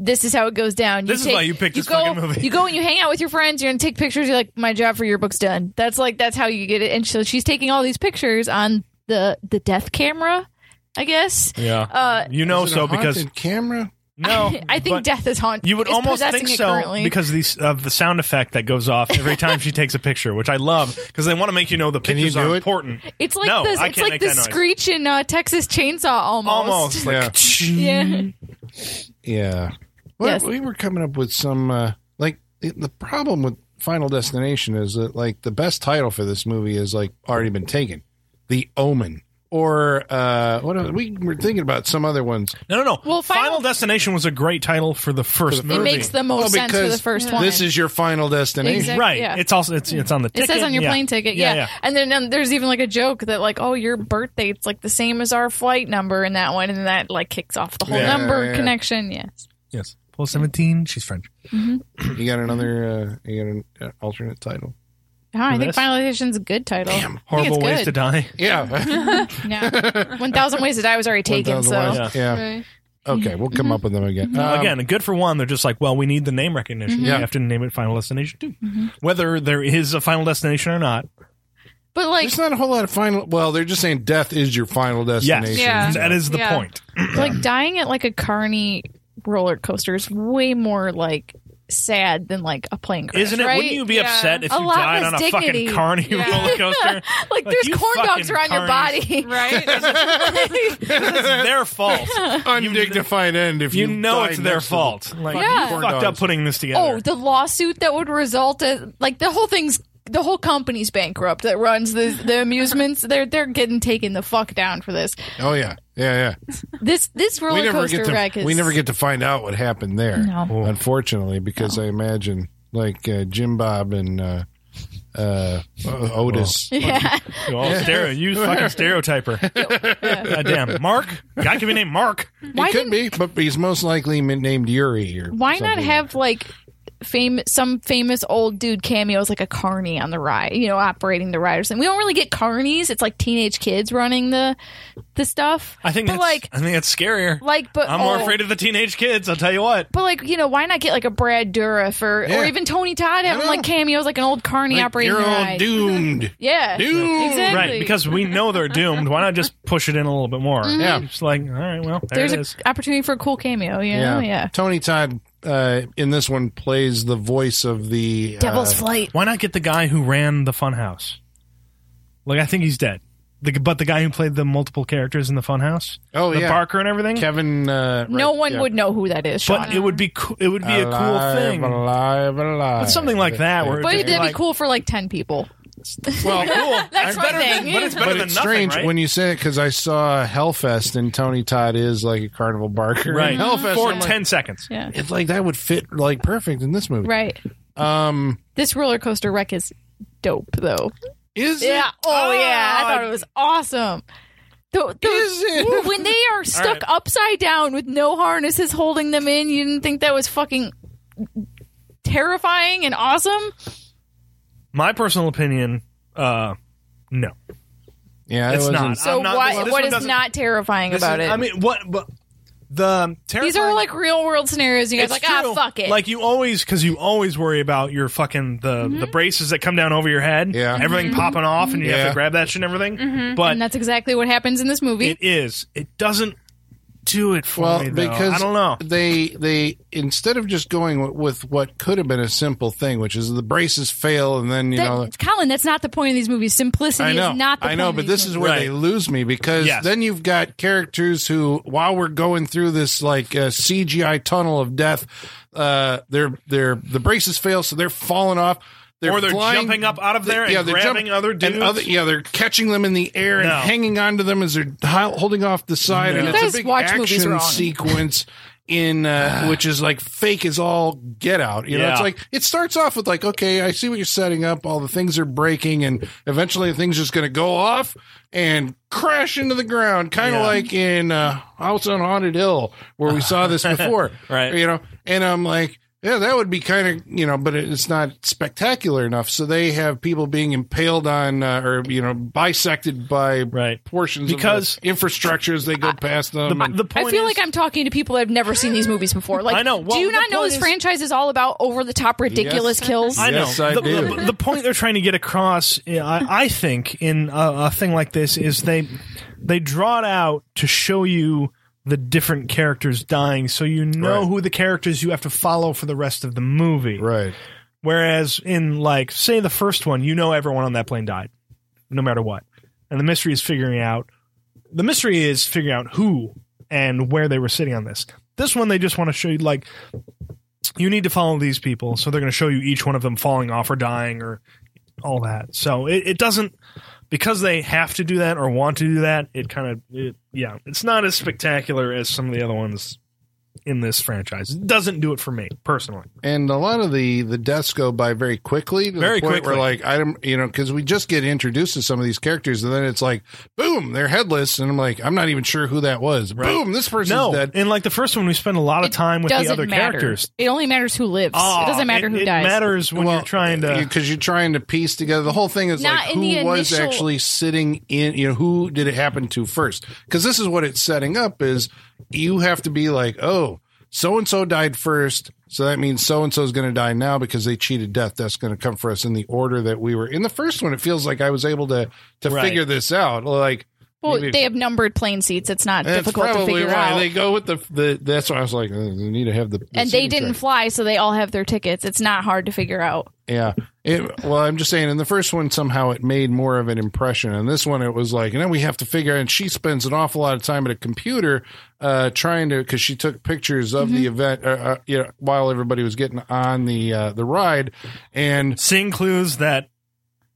E: This is how it goes down.
D: This is why you picked this
E: go,
D: fucking movie.
E: You go and you hang out with your friends. You're gonna take pictures. You're like, my job for yearbook's done. That's like that's how you get it. And so she's taking all these pictures on the the death camera, I guess.
D: Yeah.
E: Uh,
D: you know,
B: Is it a
D: so because
B: haunted camera.
D: no,
E: I think
D: but
E: death is haunted.
D: You would
E: is
D: almost
E: possessing
D: think
E: it
D: so
E: currently.
D: because of, these, of the sound effect that goes off every time she takes a picture, which I love because they want to make you know the
B: you
D: pictures
B: do
D: are
B: it?
D: important.
E: it's like
D: no,
E: this.
D: I
E: It's
D: can't
E: like
D: make
E: the
D: that noise.
E: screech in uh, Texas Chainsaw
D: Almost like
B: Yeah.
E: Yeah.
B: Yeah. Well,
E: Yes.
B: we were coming up with some uh, like the- the problem with Final Destination is that like the best title for this movie is like already been taken, The Omen, or uh, what else? we were thinking about some other ones.
D: no, no, no.
E: Well,
D: Final,
E: Final-
D: Destination was a great title for the first
E: It
D: movie.
E: makes the most
B: Oh,
E: sense for the
B: because
E: first
C: this
E: one.
B: This is your Final Destination.
E: Exactly.
D: right.
E: yeah.
D: It's also it's it's on the.
E: It
D: ticket.
E: says on your
D: yeah.
E: plane ticket,
D: Yeah,
E: yeah.
D: yeah.
E: And then um, there's even like a joke that like, oh, your birthday, it's like the same as our flight number, and that one, and that like kicks off the whole
B: Yeah,
E: number
B: yeah, yeah.
E: connection. Yes,
D: Yes. Paul seventeen. She's French.
B: You got another? Uh, you got an uh, alternate title?
E: oh, I think
D: This?
E: Final Edition's a good title.
D: Horrible
E: I think
D: ways
E: it's
D: to die.
B: Yeah.
E: good. Yeah, One Thousand Ways to Die was already taken.
B: 1000
E: So Mm-hmm.
B: Ways.
D: Yeah.
B: yeah. Okay, we'll come up with them again. Um, Mm-hmm.
D: Again, good for one. They're just like, well, we need the name recognition.
B: Yeah. Mm-hmm.
D: You have to name it Final Destination 2 whether there is a Final Destination or not.
E: but like,
B: There's not a whole lot of final. Well, they're just saying death is your final destination.
D: Yes,
C: Yeah.
D: that is the
C: Yeah.
D: point.
E: like dying at like a carny roller coaster is way more like sad than like a plane crash,
D: Isn't it?
E: Right?
D: Wouldn't you be
C: Yeah.
D: upset if
E: A
D: you
E: lot
D: died
E: less
D: on a
E: dignity.
D: fucking carny
C: Yeah.
D: roller coaster?
E: like,
D: Like,
E: there's
D: you
E: corn dogs
D: fucking
E: around your
D: carnies.
E: body.
C: Right?
D: it's their fault.
B: Undignified end. If
D: You
B: you,
D: know
B: died
D: it's their
B: next to the
D: fault. Like
B: fucking
E: Yeah.
D: you
B: corn
D: fucked up
B: dogs.
D: putting this together.
E: Oh, the lawsuit that would result as like the whole thing's the whole company's bankrupt that runs the the amusements. They're they're getting taken the fuck down for this.
B: Oh yeah, yeah, yeah.
E: This this roller
B: we never
E: coaster
B: get to
E: wreck is
B: we never get to find out what happened there,
E: No.
B: unfortunately, because I imagine like uh, Jim Bob and uh, uh, Otis.
E: yeah.
D: You all stereo, you fucking stereotyper. Goddamn, Mark. Guy can be named Mark.
E: Why
B: he could
E: didn't,
B: be, but he's most likely m- named Yuri. Or
E: why not
B: something.
E: have like fame some famous old dude cameos like a carney on the ride, you know, operating the ride or something. We don't really get carnies. It's like teenage kids running the the stuff.
D: I think.
E: but
D: That's,
E: like
D: I think that's scarier.
E: like but
D: I'm more
E: oh.
D: afraid of the teenage kids. I'll tell you what.
E: But like you know, why not get like a Brad Dourif or or
B: Yeah.
E: even Tony Todd having
B: know.
E: like cameos, like an old carny
B: Like,
E: operating
B: You're
E: the
B: all
E: ride.
B: doomed.
E: Yeah,
B: Doomed.
E: exactly.
D: Right, because we know they're doomed. Why not just push it in a little bit more?
B: Yeah.
D: It's like, all right, well, there
E: Mm-hmm. there's
D: it
E: an
D: is.
E: opportunity for a cool cameo. You know? yeah.
B: Tony Todd uh, in this one plays the voice of the
E: Devil's
B: uh,
E: Flight.
D: Why not get the guy who ran the funhouse? Like, I think he's dead. The, but the guy who played the multiple characters in the funhouse,
B: Oh
D: the
B: yeah,
D: Barker and everything.
B: Kevin. Uh,
E: no
B: right,
E: one
B: yeah.
E: would know who that is. Sean.
D: But it would be coo- it would be a cool
B: Alive,
D: thing.
B: Alive, alive.
D: But something like that where-
E: But
D: it'd
E: that'd
D: be
E: be
D: like-
E: cool for like ten people.
D: Well, cool.
E: That's my thing.
D: but it's better
B: but
D: than
B: it's
D: nothing,
B: strange
D: right?
B: when you say it because I saw Hellfest and Tony Todd is like a carnival barker.
D: right
B: And Hellfest.
D: for
B: I'm like,
D: ten seconds.
E: yeah,
B: it's like that would fit like perfect in this movie.
E: right.
B: Um,
E: This roller coaster wreck is dope, though.
B: is
E: Yeah.
B: it?
E: Oh, yeah. I
D: Ah.
E: thought it was awesome. The, the-
B: Is it?
E: when they are stuck
D: right.
E: upside down with no harnesses holding them in, you didn't think that was fucking terrifying and awesome?
D: My personal opinion, uh, no,
B: Yeah, it
D: it's
B: wasn't-
D: not.
E: So
D: I'm not-
E: why,
D: this- this
E: what
D: one
E: is
D: doesn't-
E: not terrifying
D: This
E: about
D: is-
E: it?
D: I mean, what? But The terrifying,
E: These are like real world scenarios. You guys
D: It's
E: like, ah,
D: true.
E: fuck it.
D: Like you always, because you always worry about your fucking the the
E: Mm-hmm.
D: braces that come down over your head.
B: Yeah.
D: everything popping off, and you have
B: Yeah.
D: to grab that shit and everything. But
E: Mm-hmm. and that's exactly what happens in this movie.
D: it is. It doesn't do it for
B: Well,
D: me. though.
B: because
D: I don't know.
B: They they instead of just going with, with what could have been a simple thing, which is the braces fail, and then you
E: That-
B: know.
E: Colin, that's not the point of these movies. Simplicity
B: I know,
E: is not the
B: I
E: point.
B: know,
E: of
B: but
E: these
B: this is
E: movies.
B: where
D: Right.
B: they lose me because
D: Yes.
B: then you've got characters who, while we're going through this like uh, CGI tunnel of death, uh, they're they're the braces fail, so they're falling off.
D: Or they're jumping up out of there and
B: they're
D: grabbing other dudes.
B: And yeah, they're catching them in the air and
D: No.
B: hanging onto them as they're hi- holding off the side. And
D: No.
B: it's
E: Guys
B: a big
E: watch movies
B: action
E: wrong.
B: sequence in uh, which is like fake as all get out. You know, it's
D: Yeah.
B: like it starts off with like, okay, I see what you're setting up. All the things are breaking, and eventually the thing's just going to go off and crash into the ground, kind of
D: Yeah.
B: like in uh, House on Haunted Hill where we saw this before.
D: Right.
B: You know, and I'm like. Yeah, that would be kind of you know, but it's not spectacular enough. So they have people being impaled on, uh, or you know, bisected by
D: Right.
B: portions
D: Because-
B: of the infrastructure as they go past them.
D: The,
B: and-
D: the point
E: I feel
D: is-
E: like I'm talking to people that have never seen these movies before. Like,
D: I know. Well,
E: do you
D: the
E: not know
D: point
E: this
D: is-
E: franchise is all about over the top ridiculous
B: Yes.
E: kills?
D: I know.
B: Yes, I
D: the,
B: do.
D: The, the point they're trying to get across, I, I think, in a, a thing like this is they they draw it out to show you the different characters dying, so you know
B: Right.
D: who the characters you have to follow for the rest of the movie.
B: right.
D: Whereas in like say the first one, you know everyone on that plane died, no matter what, and the mystery is figuring out. The mystery is figuring out who and where they were sitting on this. This one they just want to show you like you need to follow these people, so they're going to show you each one of them falling off or dying or all that. So it, it doesn't because they have to do that or want to do that. It kind of it, yeah, it's not as spectacular as some of the other ones in this franchise. It doesn't do it for me personally.
B: And a lot of the the deaths go by very quickly. To
D: Very
B: the point
D: quickly.
B: Where like I don't, you know, because we just get introduced to some of these characters, and then it's like, boom, they're headless, and I'm like, I'm not even sure who that was. Boom, this person's
D: No,
B: dead.
D: and like the first one, we spend a lot of time with the
E: doesn't
D: other
E: matter.
D: characters.
E: It only matters who lives.
D: Ah,
E: it doesn't matter who
D: it
E: dies.
D: matters when you're trying to.
B: because you're trying to piece together the whole thing is
E: Not
B: like
E: in the
B: who was
E: initial-
B: actually sitting in you know who did it happen to first because this is what it's setting up is you have to be like oh so and so died first so that means so and so is going to die now because they cheated death that's going to come for us in the order that we were in the first one it feels like i was able to to
D: Right.
B: figure this out like
E: Well,
B: maybe-
E: they have numbered plane seats. It's not
B: that's
E: difficult to
B: probably
E: figure
B: why
E: out.
B: they go with the, the that's why i was like uh, they need to have the, the
E: and they
B: seating
E: didn't
B: chart.
E: fly, so they all have their tickets. It's not hard to figure out.
B: Yeah. It, well, I'm just saying, in the first one, somehow it made more of an impression. And this one, it was like, and then we have to figure out, and she spends an awful lot of time at a computer uh, trying to, because she took pictures of
D: Mm-hmm.
B: the event uh, uh, you know, while everybody was getting on the uh, the ride. And
D: Seeing clues that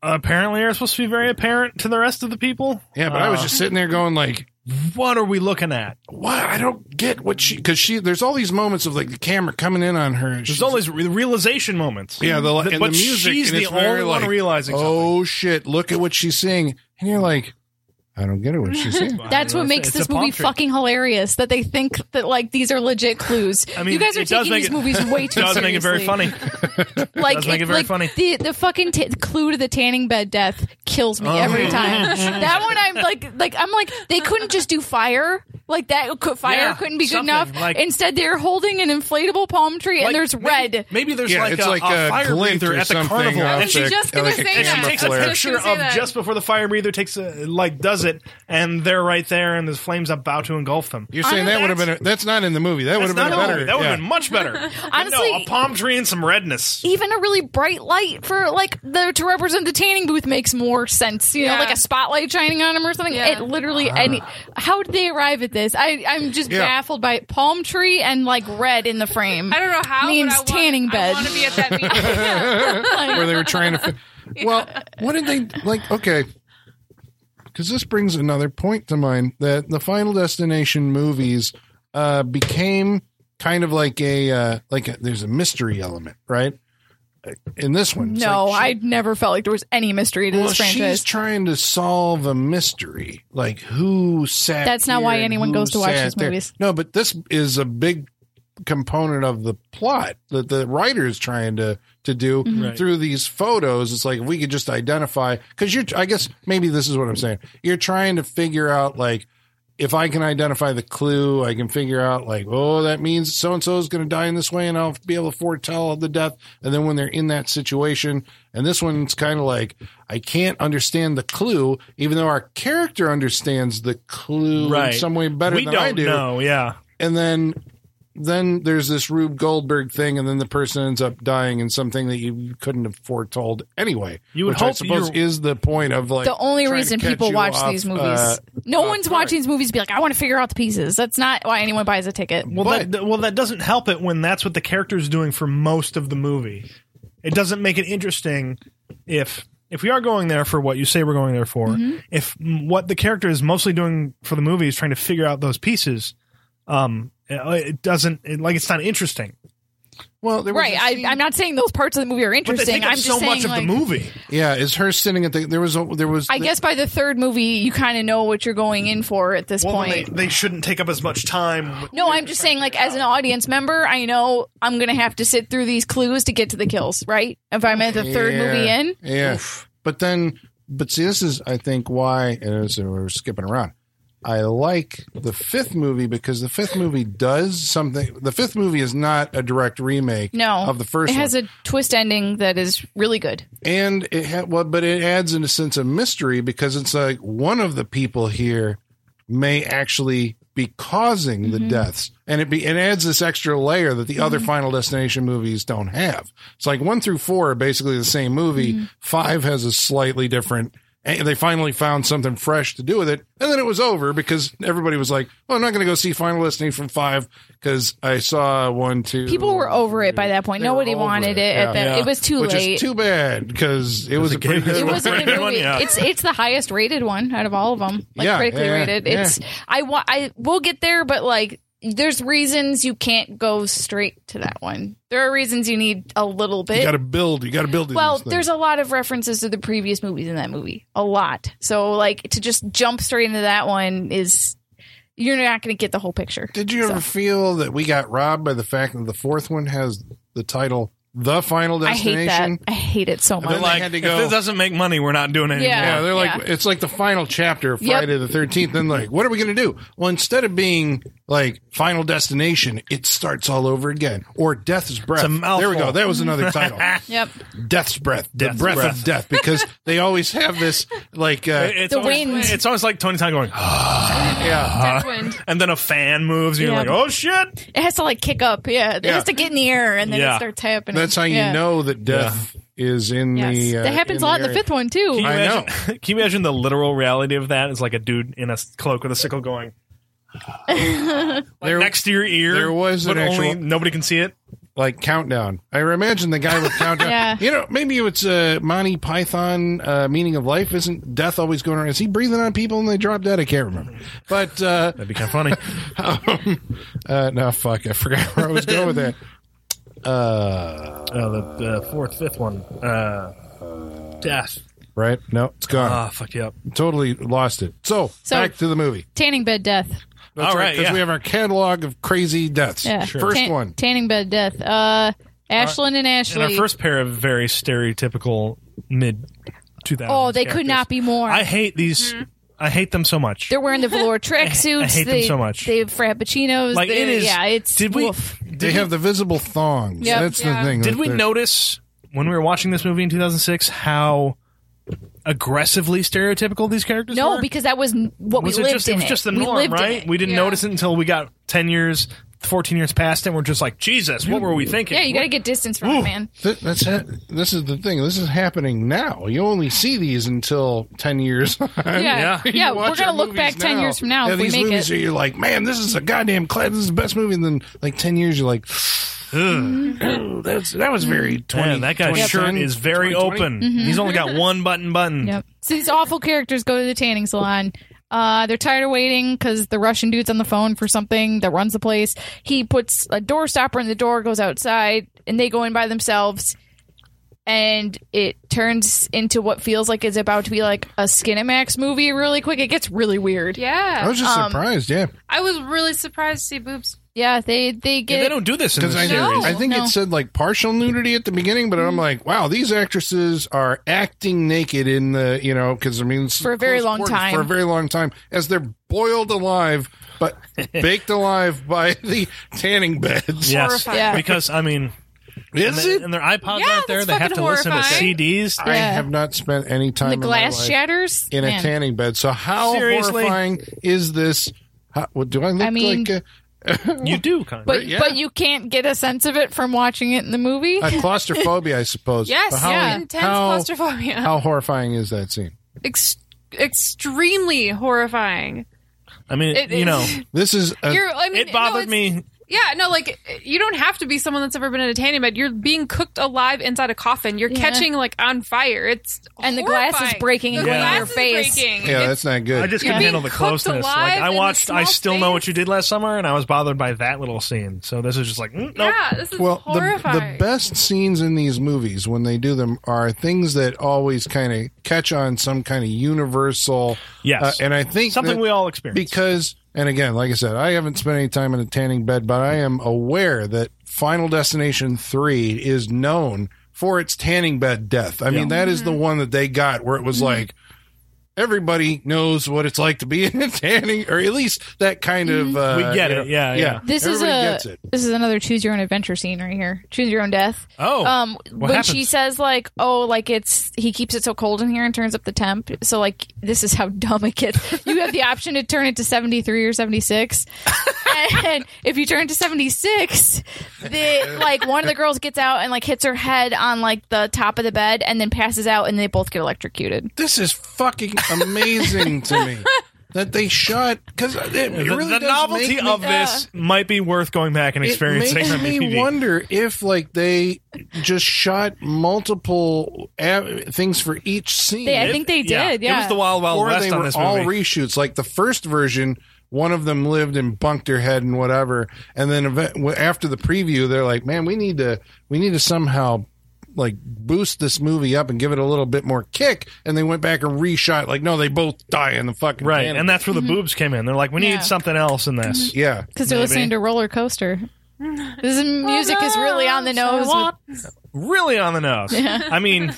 D: apparently are supposed to be very apparent to the rest of the people.
B: yeah, but I was
D: Uh,
B: just sitting there going, like,
D: what are we looking at?
B: why? I don't get what she, because she, there's all these moments of like the camera coming in on her.
D: There's all these re- realization moments.
B: Yeah, the,
D: Th-
B: and
D: but
B: the music.
D: she's
B: and
D: the
B: it's very
D: only one
B: like,
D: realizing. something.
B: Oh shit! Look at what she's seeing, and you're like, I don't get it. What she's seeing.
E: That's what makes
D: It's
E: this
D: a palm
E: movie
D: tree.
E: fucking hilarious. That they think that like these are legit clues.
D: I mean,
E: you guys are
D: it does
E: taking
D: make
E: these
D: it-
E: movies way too
D: It does
E: seriously.
D: make it very funny.
E: Like,
D: Does make it very
E: like
D: funny.
E: the the fucking t- clue to the tanning bed death kills
D: Oh.
E: me every time. that one, I'm like, like I'm like, they couldn't just do fire. Like that, could- fire
D: Yeah,
E: couldn't be good
D: something,
E: enough.
D: like-
E: Instead, they're holding an inflatable palm tree,
D: Like,
E: and there's
D: maybe-
E: red.
D: Maybe, there's
B: Yeah,
D: like
B: it's
D: a,
B: like
D: a
B: a
D: fire
B: glint
D: breather
B: or
D: at the
B: something
D: carnival.
B: off
D: and
E: I was
B: the-
E: just gonna
B: like a
E: say
D: And
E: Yeah.
D: she
B: camera
D: takes a
B: flare.
C: She
D: picture
C: was gonna
D: of
C: say that.
D: just before the fire breather takes a like does it, and they're right there, and the flames about to engulf them.
B: You're saying
E: Honestly,
B: that would have been a, that's not in the movie. That would
D: That's
B: have been
D: not
B: a
D: a
B: better.
D: movie. That would
B: yeah.
D: have been much better.
E: Honestly-
D: no, a palm tree and some redness.
E: even a really bright light for like the to represent the tanning booth makes more sense. You
C: Yeah.
E: know, like a spotlight shining on him or something.
C: Yeah.
E: It literally any. How did they arrive at this? I I'm just
B: Yeah.
E: baffled by it. palm tree and like red in the frame.
C: I don't know how.
E: Means
C: but I want-
E: tanning
C: I
E: bed.
C: want to be at that meeting.
B: where they were trying to. fi- Well, what did they like? Okay, because this brings another point to mind that the Final Destination movies uh, became kind of like a uh, like a, there's a mystery element, right? In this one, it's
E: No,
B: like she-
E: I never felt like there was any mystery to
B: Well,
E: this
B: she's
E: franchise.
B: trying to solve a mystery, like who sat.
E: That's not
B: here
E: why
B: and
E: anyone
B: who
E: goes to watch
B: sat
E: these
B: there.
E: movies.
B: No, but this is a big component of the plot that the writer is trying to to do
E: Mm-hmm.
D: Right.
B: through these photos. It's like if we could just identify because you're. I guess maybe this is what I'm saying. You're trying to figure out like if I can identify the clue, I can figure out like, oh, that means so and so is going to die in this way, and I'll be able to foretell the death. And then when they're in that situation, and this one's kind of like, I can't understand the clue, even though our character understands the clue
D: Right.
B: in some way better
D: we
B: than
D: don't
B: I do.
D: know. Yeah,
B: And then. Then there's this Rube Goldberg thing, and then the person ends up dying in something that you couldn't have foretold anyway.
D: You would
B: which I
D: hope
B: suppose
D: you're-
B: is the point of like
E: the only
B: trying to
E: reason
B: catch
E: people
B: you
E: watch
B: off,
E: these movies.
B: uh,
E: no
B: off
E: one's
B: guard.
E: watching these movies. Be like, I want to figure out the pieces. That's not why anyone buys a ticket.
D: Well,
B: But-
D: that, that- well, that doesn't help it when that's what the character's doing for most of the movie. It doesn't make it interesting if if we are going there for what you say we're going there for. If m- what the character is mostly doing for the movie is trying to figure out those pieces, um, it, it doesn't it, like it's not interesting.
B: Well, there was
E: Right.
B: a
E: I,
B: scene-
E: I'm not saying those parts of the movie are
D: But they
E: interesting.
D: take up
E: I'm just
D: so
E: saying,
D: much of
E: like,
D: the movie.
B: Yeah, is her sitting at the there was a, there was
E: I
B: the-
E: guess by the third movie, you kind of know what you're going in for at this
D: Well,
E: point.
D: they, they shouldn't take up as much time. with-
E: No, I'm just saying, like, as an audience member, I know I'm going to have to sit through these clues to get to the kills, right? If I'm at the third
B: Yeah,
E: movie in.
B: Yeah, but then but see, this is I think why and it's- we're skipping around. I like the fifth movie because the fifth movie does something. The fifth movie is not a direct remake
E: No.
B: of the first
E: It
B: one.
E: has a twist ending that is really good.
B: and it ha- well, but it adds in a sense of mystery because it's like one of the people here may actually be causing the deaths, and it be it adds this extra layer that the other Final Destination movies don't have. It's like one through four are basically the same movie. Five has a slightly different. And they finally found something fresh to do with it, and then it was over because everybody was like, "Well, I'm not going to go see Final Destination Five because I saw one, two.
E: People were over it by that point.
B: They were
E: Nobody
B: over
E: wanted it.
B: Yeah.
E: at that.
D: Yeah.
E: It was too
B: Which
E: late.
B: is too bad because it was a
D: it gave
B: pretty good
D: us
E: It
B: one.
E: was a good
D: Rated one,
E: movie.
D: yeah.
E: It's it's the highest rated one out of all of them. Like
B: Yeah,
E: critically
B: yeah,
E: rated.
B: yeah.
E: It's I wa- I will get there, but like there's reasons you can't go straight to that one. There are reasons you need a little
B: You got
E: bit.
B: to build. You got to build.
E: Well, there's a lot of references to the previous movies in that movie. A lot. So like to just jump straight into that one is you're not going to get the whole picture.
B: Did you ever feel that we got robbed by the fact that the fourth one has the title "The Final
E: I
B: Destination"?
E: hate that. I hate it so
B: then
E: much.
B: they
D: Like,
B: had to
D: if
B: go-
D: it doesn't make money, we're not doing it
E: Yeah.
B: Yeah,
D: anymore.
B: they're like
E: yeah.
B: it's like the final chapter of
E: Yep.
B: Friday the Thirteenth. Then like, what are we going to do? Well, instead of being like Final Destination, it starts all over again. Or Death's Breath.
D: a mouthful.
B: there we go. That was another title.
E: Yep.
B: Death's Breath. The
D: Death's
B: breath,
D: breath.
B: of death. Because they always have this like uh,
D: It- It's
E: The
D: always,
E: wind.
D: It's always like Tony Todd going,
B: yeah.
C: Wind.
D: and then a fan moves. And
E: Yeah.
D: You're like, oh shit.
E: It has to like kick up. Yeah. It
B: Yeah.
E: has to get in the air and then
D: Yeah.
E: it starts happening.
B: That's how you
E: Yeah.
B: know that death is in
C: Yes.
B: the. Uh,
E: That happens
B: in
E: a lot in the
B: area.
E: fifth one too.
D: Can you
B: I
D: imagine, Can you imagine the literal reality of that? Is like a dude in a s- cloak with a sickle going like
B: There-
D: next to your ear.
B: there was
D: but
B: an
D: only
B: actual-
D: nobody can see it.
B: like countdown. I imagine the guy with countdown.
E: Yeah.
B: You know, maybe it's uh, Monty Python uh, meaning of life. Isn't death always going around? Is he breathing on people and they drop dead? I can't remember. But uh,
D: That'd be kind of funny.
B: uh, no, fuck, I forgot where I was going with that.
D: oh, the uh, fourth, fifth one. Uh, death.
B: Right? No, it's gone.
D: Ah, fuck you up.
B: totally lost it. So,
E: So-
B: back to the movie.
E: Tanning bed death.
B: That's
D: All
B: right,
D: right,
B: because
D: yeah.
B: we have our catalog of crazy deaths.
E: Yeah.
B: First
E: Tan-
B: one.
E: Tanning bed death. Uh, Ashlyn and
D: And
E: Ashley.
D: our first pair of very stereotypical mid 2000s.
E: oh, they could not be more. Mm-hmm.
D: I hate these. I hate them so much.
E: They're wearing the velour tracksuits.
D: I hate them
E: they,
D: so much.
E: They have frappuccinos.
D: like
E: they,
D: it is.
E: Yeah, it's.
D: Did we?
E: woof.
D: Did
B: they
D: we-
B: have the visible thongs.
E: Yep.
B: That's
C: Yeah.
B: the thing.
D: Did
B: that
D: we
B: they're-
D: notice when we were watching this movie in 2006 how aggressively stereotypical these characters were?
E: No, because that was n- what
D: was
E: we
D: it
E: lived
D: just
E: in.
D: it was just the
E: We
D: norm,
E: lived in
D: right?
E: it.
D: We didn't
C: Yeah.
D: notice it until we got 10 years, 14 years past, and we're just like, Jesus, what were we thinking?
E: Yeah, you got to get distance from it, man.
B: Th- that's ha- this is the thing. This is happening now. You only see these until ten years.
E: Yeah,
B: You
E: yeah.
B: watch
E: We're gonna
B: our
E: look back
B: movies
E: ten years from now
B: Yeah,
E: if we
B: these
E: make
B: movies
E: it.
B: are- you're like, man, this is a goddamn class. This is the best movie. And then, like ten years, you're like,
E: Mm-hmm.
B: oh, that's that was very twenty.
D: Man, that guy's
B: 2010,
D: shirt is very
B: 2020.
D: open.
E: Mm-hmm.
D: He's only got one button button.
E: Yep. So these awful characters go to the tanning salon. Uh, they're tired of waiting because the Russian dude's on the phone for something that runs the place. He puts a door stopper in the door, goes outside, and they go in by themselves. And it turns into what feels like is about to be like a Skinemax movie really quick. It gets really weird.
B: I
C: Yeah.
E: Um,
B: was just surprised. Yeah,
C: I was really surprised to see boobs.
E: Yeah, they they
D: Yeah,
E: get
D: they don't do this in
B: Because
D: this
B: I,
D: series.
E: No.
B: I think
E: no.
B: it said like partial nudity at the beginning, but I'm like, wow, these actresses are acting naked in the, you know, because I mean, it's
E: For a very
B: close
E: long
B: quarters
E: time.
B: For a very long time, as they're boiled alive, but baked alive by the tanning beds.
D: Yes,
C: Horrifying.
E: Yeah.
D: because I mean,
B: Is
D: and,
B: it?
D: the- and their iPods
C: Yeah,
D: out there,
C: that's
D: they have to
C: fucking
D: listen
C: horrifying.
D: to CDs.
B: I
E: Yeah.
B: have not spent any time
E: the
B: in my
E: glass
B: life
E: shatters
B: in a
E: Man.
B: tanning bed. So how
D: Seriously?
B: horrifying is this? How, what, do I look
E: mean-
B: like
D: You do kind of.
E: But
B: Yeah.
E: but you can't get a sense of it from watching it in the movie.
B: a, a claustrophobia? I suppose.
C: Yes,
B: But how,
C: yeah. Intense
B: how,
C: claustrophobia.
B: how horrifying is that scene?
C: Ex- extremely horrifying.
D: I mean,
C: It
D: you
C: is-
D: know,
B: This is a,
C: You're, I mean,
D: it bothered
C: no, it's-
D: me.
C: Yeah, no, like you don't have to be someone that's ever been in a tanning bed. You're being cooked alive inside a coffin. You're
E: Yeah.
C: catching like on fire. It's
E: And the glass is
C: horrifying.
E: breaking
C: The
E: and
D: going in
C: glass
E: your
C: is
E: face.
C: breaking.
B: yeah,
C: It's-
B: that's not good.
D: I just
E: Yeah.
D: can't
E: Being
D: handle the
C: cooked
D: closeness. Like
C: alive
D: I
C: in the
D: watched. I
C: small
D: still know what
C: space.
D: you did last summer, and I was bothered by that little scene. So this is just like, mm, nope.
C: yeah, this is
B: well, the,
C: horrifying.
B: the best scenes in these movies when they do them are things that always kind of catch on some kind of universal.
D: Yes.
B: uh, and I think
D: Something
B: that-
D: we all experience.
B: because and again like i said i haven't spent any time in a tanning bed but i am aware that final destination 3 is known for its tanning bed death i mean
D: Yeah.
B: that is
E: Mm-hmm.
B: the one that they got where it was like everybody knows what it's like to be in a tanning or at least that kind of uh,
D: We get
B: you
D: it. Yeah, yeah.
E: Mm-hmm. This
B: Everybody
E: is a
B: gets it.
E: this is another choose your own adventure scene right here. Choose your own death.
D: oh,
E: um,
D: what
E: when
D: happens?
E: she says like, "Oh, like it's he keeps it so cold in here and turns up the temp," so like this is how dumb it gets. You have the option to turn it to seventy three or seventy six, and if you turn it to seventy six, the like one of the girls gets out and like hits her head on like the top of the bed and then passes out, and they both get electrocuted.
B: this is fucking amazing to me that they shot because it, it
D: the,
B: really
D: the
B: does
D: novelty
B: make me
D: of
E: uh,
D: this might be worth going back and experiencing
B: It
D: on
B: makes me
D: DVD.
B: wonder if like they just shot multiple av- things for each scene,
E: They, I
D: If-
E: think they did. Yeah,
D: It was the Wild Wild
B: or
D: West
B: they
D: on
B: were
D: this
B: all
D: movie.
B: reshoots. Like the first version, one of them lived and bunked her head and whatever, and then event- w- after the preview, they're like, "Man, we need to we need to somehow." Like boost this movie up and give it a little bit more kick, and they went back and reshot. Like, no, they both die in the fucking
D: right,
B: cannon.
D: and that's where
E: Mm-hmm.
D: the boobs came in. They're like, we need
E: Yeah.
D: something else in this.
B: yeah,
E: because they're
D: Maybe.
E: listening to roller coaster. This is- music is really on the nose. with-
D: Really on the nose. I mean,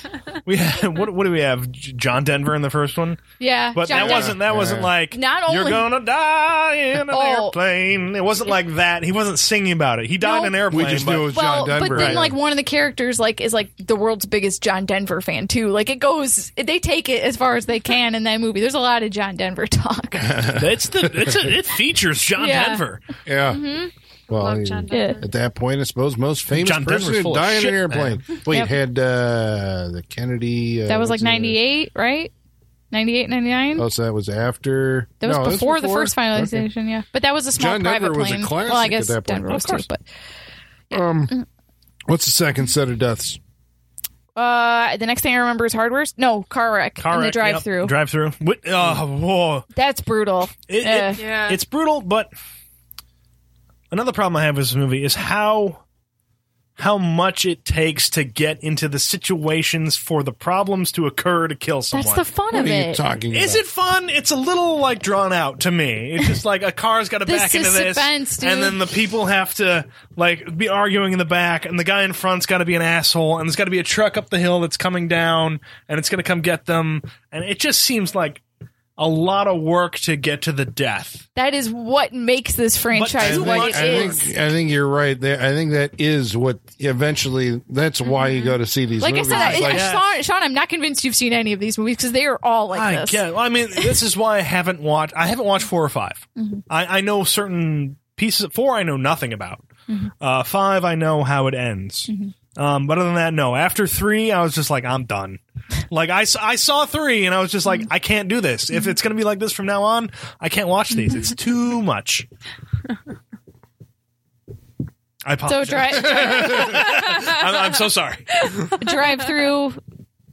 D: we had, what, what do we have? J- John Denver in the first one,
E: yeah,
D: but
E: John
D: that
E: Denver.
D: wasn't that wasn't
B: Yeah.
D: like
E: Not
D: you're
E: only-
D: gonna die in an
E: Oh.
D: airplane. It wasn't like that. He wasn't singing about it. He died
E: No.
D: in an airplane.
B: we just
D: but-
B: knew it was
E: Well,
B: John Denver.
E: but then like one of the characters like is like the world's biggest John Denver fan too. Like it goes, they take it as far as they can in that movie. There's a lot of John Denver talk.
D: It's the it's a, it features John
E: Yeah.
D: Denver.
B: Yeah.
E: mm-hmm.
B: Well,
C: Love
B: I-
C: John
E: Yeah.
C: Denver.
B: at that point, I suppose most famous
D: John
B: person
D: Denver's
B: to
D: full of
B: die in
D: shit,
B: an airplane. Well, you
E: Yep.
B: had uh, the Kennedy. Uh,
E: That was like
B: what's it-
E: 98, right? 98, 99?
B: Oh, so that was after.
E: that was
B: No, it
E: before the first
B: Okay.
E: finalization, yeah. But that was a small
B: John
E: private
B: Denver was a
E: plane.
B: classic
E: well, I
B: at
E: guess
B: that point.
E: Denver
B: Of
E: was too,
D: course.
E: but Mm-hmm.
B: Um, what's the second set of deaths?
E: uh, the next thing I remember is hardware. No, car wreck
D: Car
E: in the
D: wreck, yep.
E: drive-through.
D: Drive-through. What- oh, whoa.
E: That's brutal.
D: It-
E: Yeah.
D: it-
C: Yeah.
D: It's brutal, but another problem I have with this movie is how how much it takes to get into the situations for the problems to occur to kill someone.
E: That's the fun
B: What
E: of
B: are you
E: it.
B: talking
D: is
B: about?
D: it fun? It's a little like drawn out to me. It's just like a car's got to
E: This
D: back into
E: is
D: this,
E: suspense, dude.
D: and then the people have to like be arguing in the back, and the guy in front's got to be an asshole, and there's got to be a truck up the hill that's coming down, and it's gonna come get them, and it just seems like a lot of work to get to the death.
E: That is what makes this franchise
D: too
E: what
D: much
E: it
B: I
E: is.
B: think, I think you're right. There, I think that is what eventually. That's why you go to see these.
E: Mm-hmm. Like I
B: movies.
E: said, I,
B: It's
E: I-
B: like,
E: Sean, Sean, I'm not convinced you've seen any of these movies because they are all like
D: I
E: this.
D: get. Well, I mean, this is why I haven't watched. I haven't watched four or 5
E: Mm-hmm.
D: I, I know certain pieces. Four, I know nothing about.
E: Mm-hmm.
D: Uh, five, I know how it ends. Um, but other than that, no. After three, I was just like, I'm done. Like I, s- I saw three, and I was just like,
E: Mm-hmm.
D: I can't do this. If it's gonna be like this from now on, I can't watch these. It's too much. I
E: So
D: apologize.
E: drive
D: I'm, I'm so sorry.
E: drive through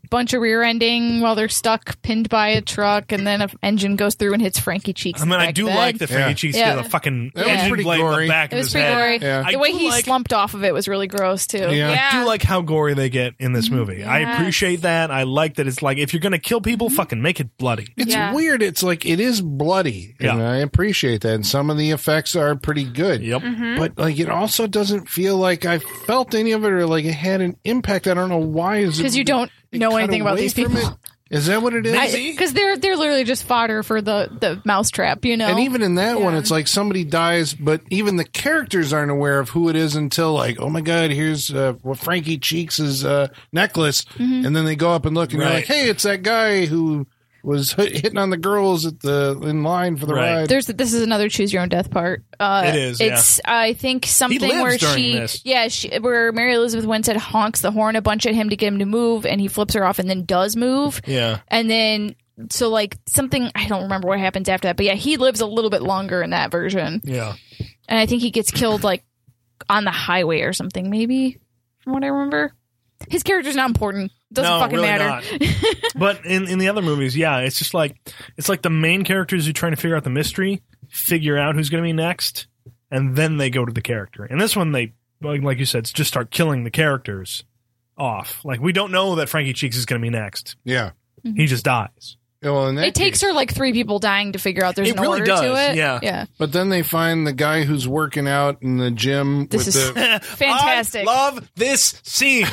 E: bunch of rear ending while they're stuck pinned by a truck, and then an engine goes through and hits Frankie Cheeks.
D: I mean,
E: in the
D: I
E: back
D: do
E: of the
D: like
E: head.
D: the Frankie
B: Yeah.
D: Cheeks
E: Yeah.
D: yeah. the fucking
B: That was
D: engine
B: pretty
D: blade in
B: gory.
D: The back
E: It
D: of
E: was
D: his
E: pretty
D: head.
E: gory.
B: Yeah.
D: I
E: The way
D: do
E: he
D: like-
E: slumped off of it was really gross too.
B: Yeah.
D: I
C: Yeah.
D: do like how gory they get in this movie. I
E: Mm-hmm. yes. Mm-hmm.
D: appreciate that. I like that it's like if you're gonna kill people, fucking make it bloody.
B: It's
C: Yeah.
B: weird. It's like it is bloody, and
D: Yeah.
B: I appreciate that. And some of the effects are pretty good.
D: Yep.
E: Mm-hmm.
B: But like, it also doesn't feel like I felt any of it, or like it had an impact. I don't know why. Is it-
E: Because you don't
B: it
E: know
B: cut
E: anything about
B: away
E: these
B: from
E: people.
B: it? Is that what it is?
E: Because they're they're literally just fodder for the the mousetrap, you know.
B: And even in that one,
E: Oh, Yeah.
B: it's like somebody dies, but even the characters aren't aware of who it is until like, oh my god, here's uh, well, Frankie Cheeks' uh, necklace,
E: Mm-hmm.
B: and then they go up and look, and they're
D: Right.
B: like, hey, it's that guy who was hit- hitting on the girls at the in line for the
D: Right.
B: ride.
E: there's this is another choose your own death part. Uh,
D: It is, yeah.
E: It's I think something
D: lives
E: where
D: during
E: she
D: this.
E: yeah she, where Mary Elizabeth Winstead honks the horn a bunch at him to get him to move, and he flips her off and then does move.
D: Yeah.
E: and then so like something I don't remember what happens after that, but yeah, he lives a little bit longer in that version,
D: Yeah.
E: and I think he gets killed like on the highway or something, maybe from what I remember. His character's not important. Doesn't
D: no,
E: fucking
D: really
E: matter.
D: Not. but in, in the other movies, yeah, it's just like it's like the main characters who are trying to figure out the mystery, figure out who's going to be next, and then they go to the character. And this one, they like like you said, just start killing the characters off. Like we don't know that Frankie Cheeks is going to be next.
B: yeah.
E: Mm-hmm.
D: He just dies.
B: Yeah, Well, in that
E: It takes
B: case-
E: her like three people dying to figure out there's
D: It
E: an
D: really
E: order
D: does,
E: to it.
D: yeah.
E: yeah.
B: But then they find the guy who's working out in the gym
E: This
B: with
E: is-
B: the
E: Fantastic.
D: I love this scene.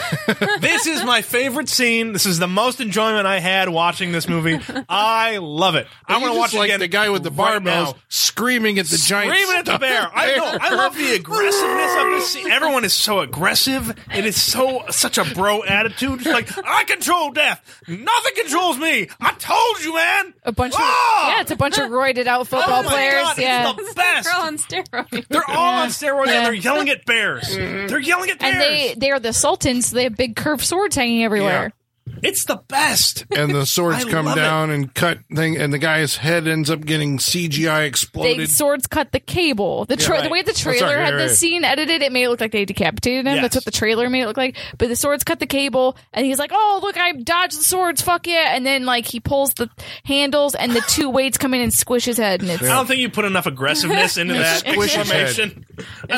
D: this is my favorite scene. This is the most enjoyment I had watching this movie. I love it. I
B: You
D: want
B: just
D: to watch it
B: like
D: again.
B: the guy with the
D: right
B: barbells
D: now.
B: screaming at the giant
D: Screaming at the
B: stuffed
D: bear. I know. I love the aggressiveness of this scene. Everyone is so aggressive. It is so such a bro attitude. It's like I control death. Nothing controls me. I told you, man.
E: a bunch of
D: Ah! Oh
E: yeah, it's a bunch of roided out football
D: my
E: players.
D: God, it's
E: yeah,
D: the
C: It's
D: best.
C: Girl on steroids.
D: They're all on steroids
E: Yeah. Mm-hmm.
D: and they're yelling at bears. They're yelling at bears.
E: and they they are the sultans. So they have big curved swords hanging everywhere.
D: it's the best.
B: and the swords
D: I
B: come
D: love it.
B: down and cut thing, and the guy's head ends up getting CGI
E: They
B: exploded.
E: swords cut the cable. The tra-
D: right. Oh,
E: the way the
B: sorry,
E: trailer had
B: right,
E: this
B: right.
E: scene edited, it made it look like they decapitated him.
D: Yes.
E: That's what the trailer made it look like. But the swords cut the cable, and he's like, "Oh, look, I dodged the swords. Fuck yeah!" And then like he pulls the handles, and the two weights come in and squish his head, and it's
D: I don't think you put enough aggressiveness into that
B: Squish his head.
D: exclamation. I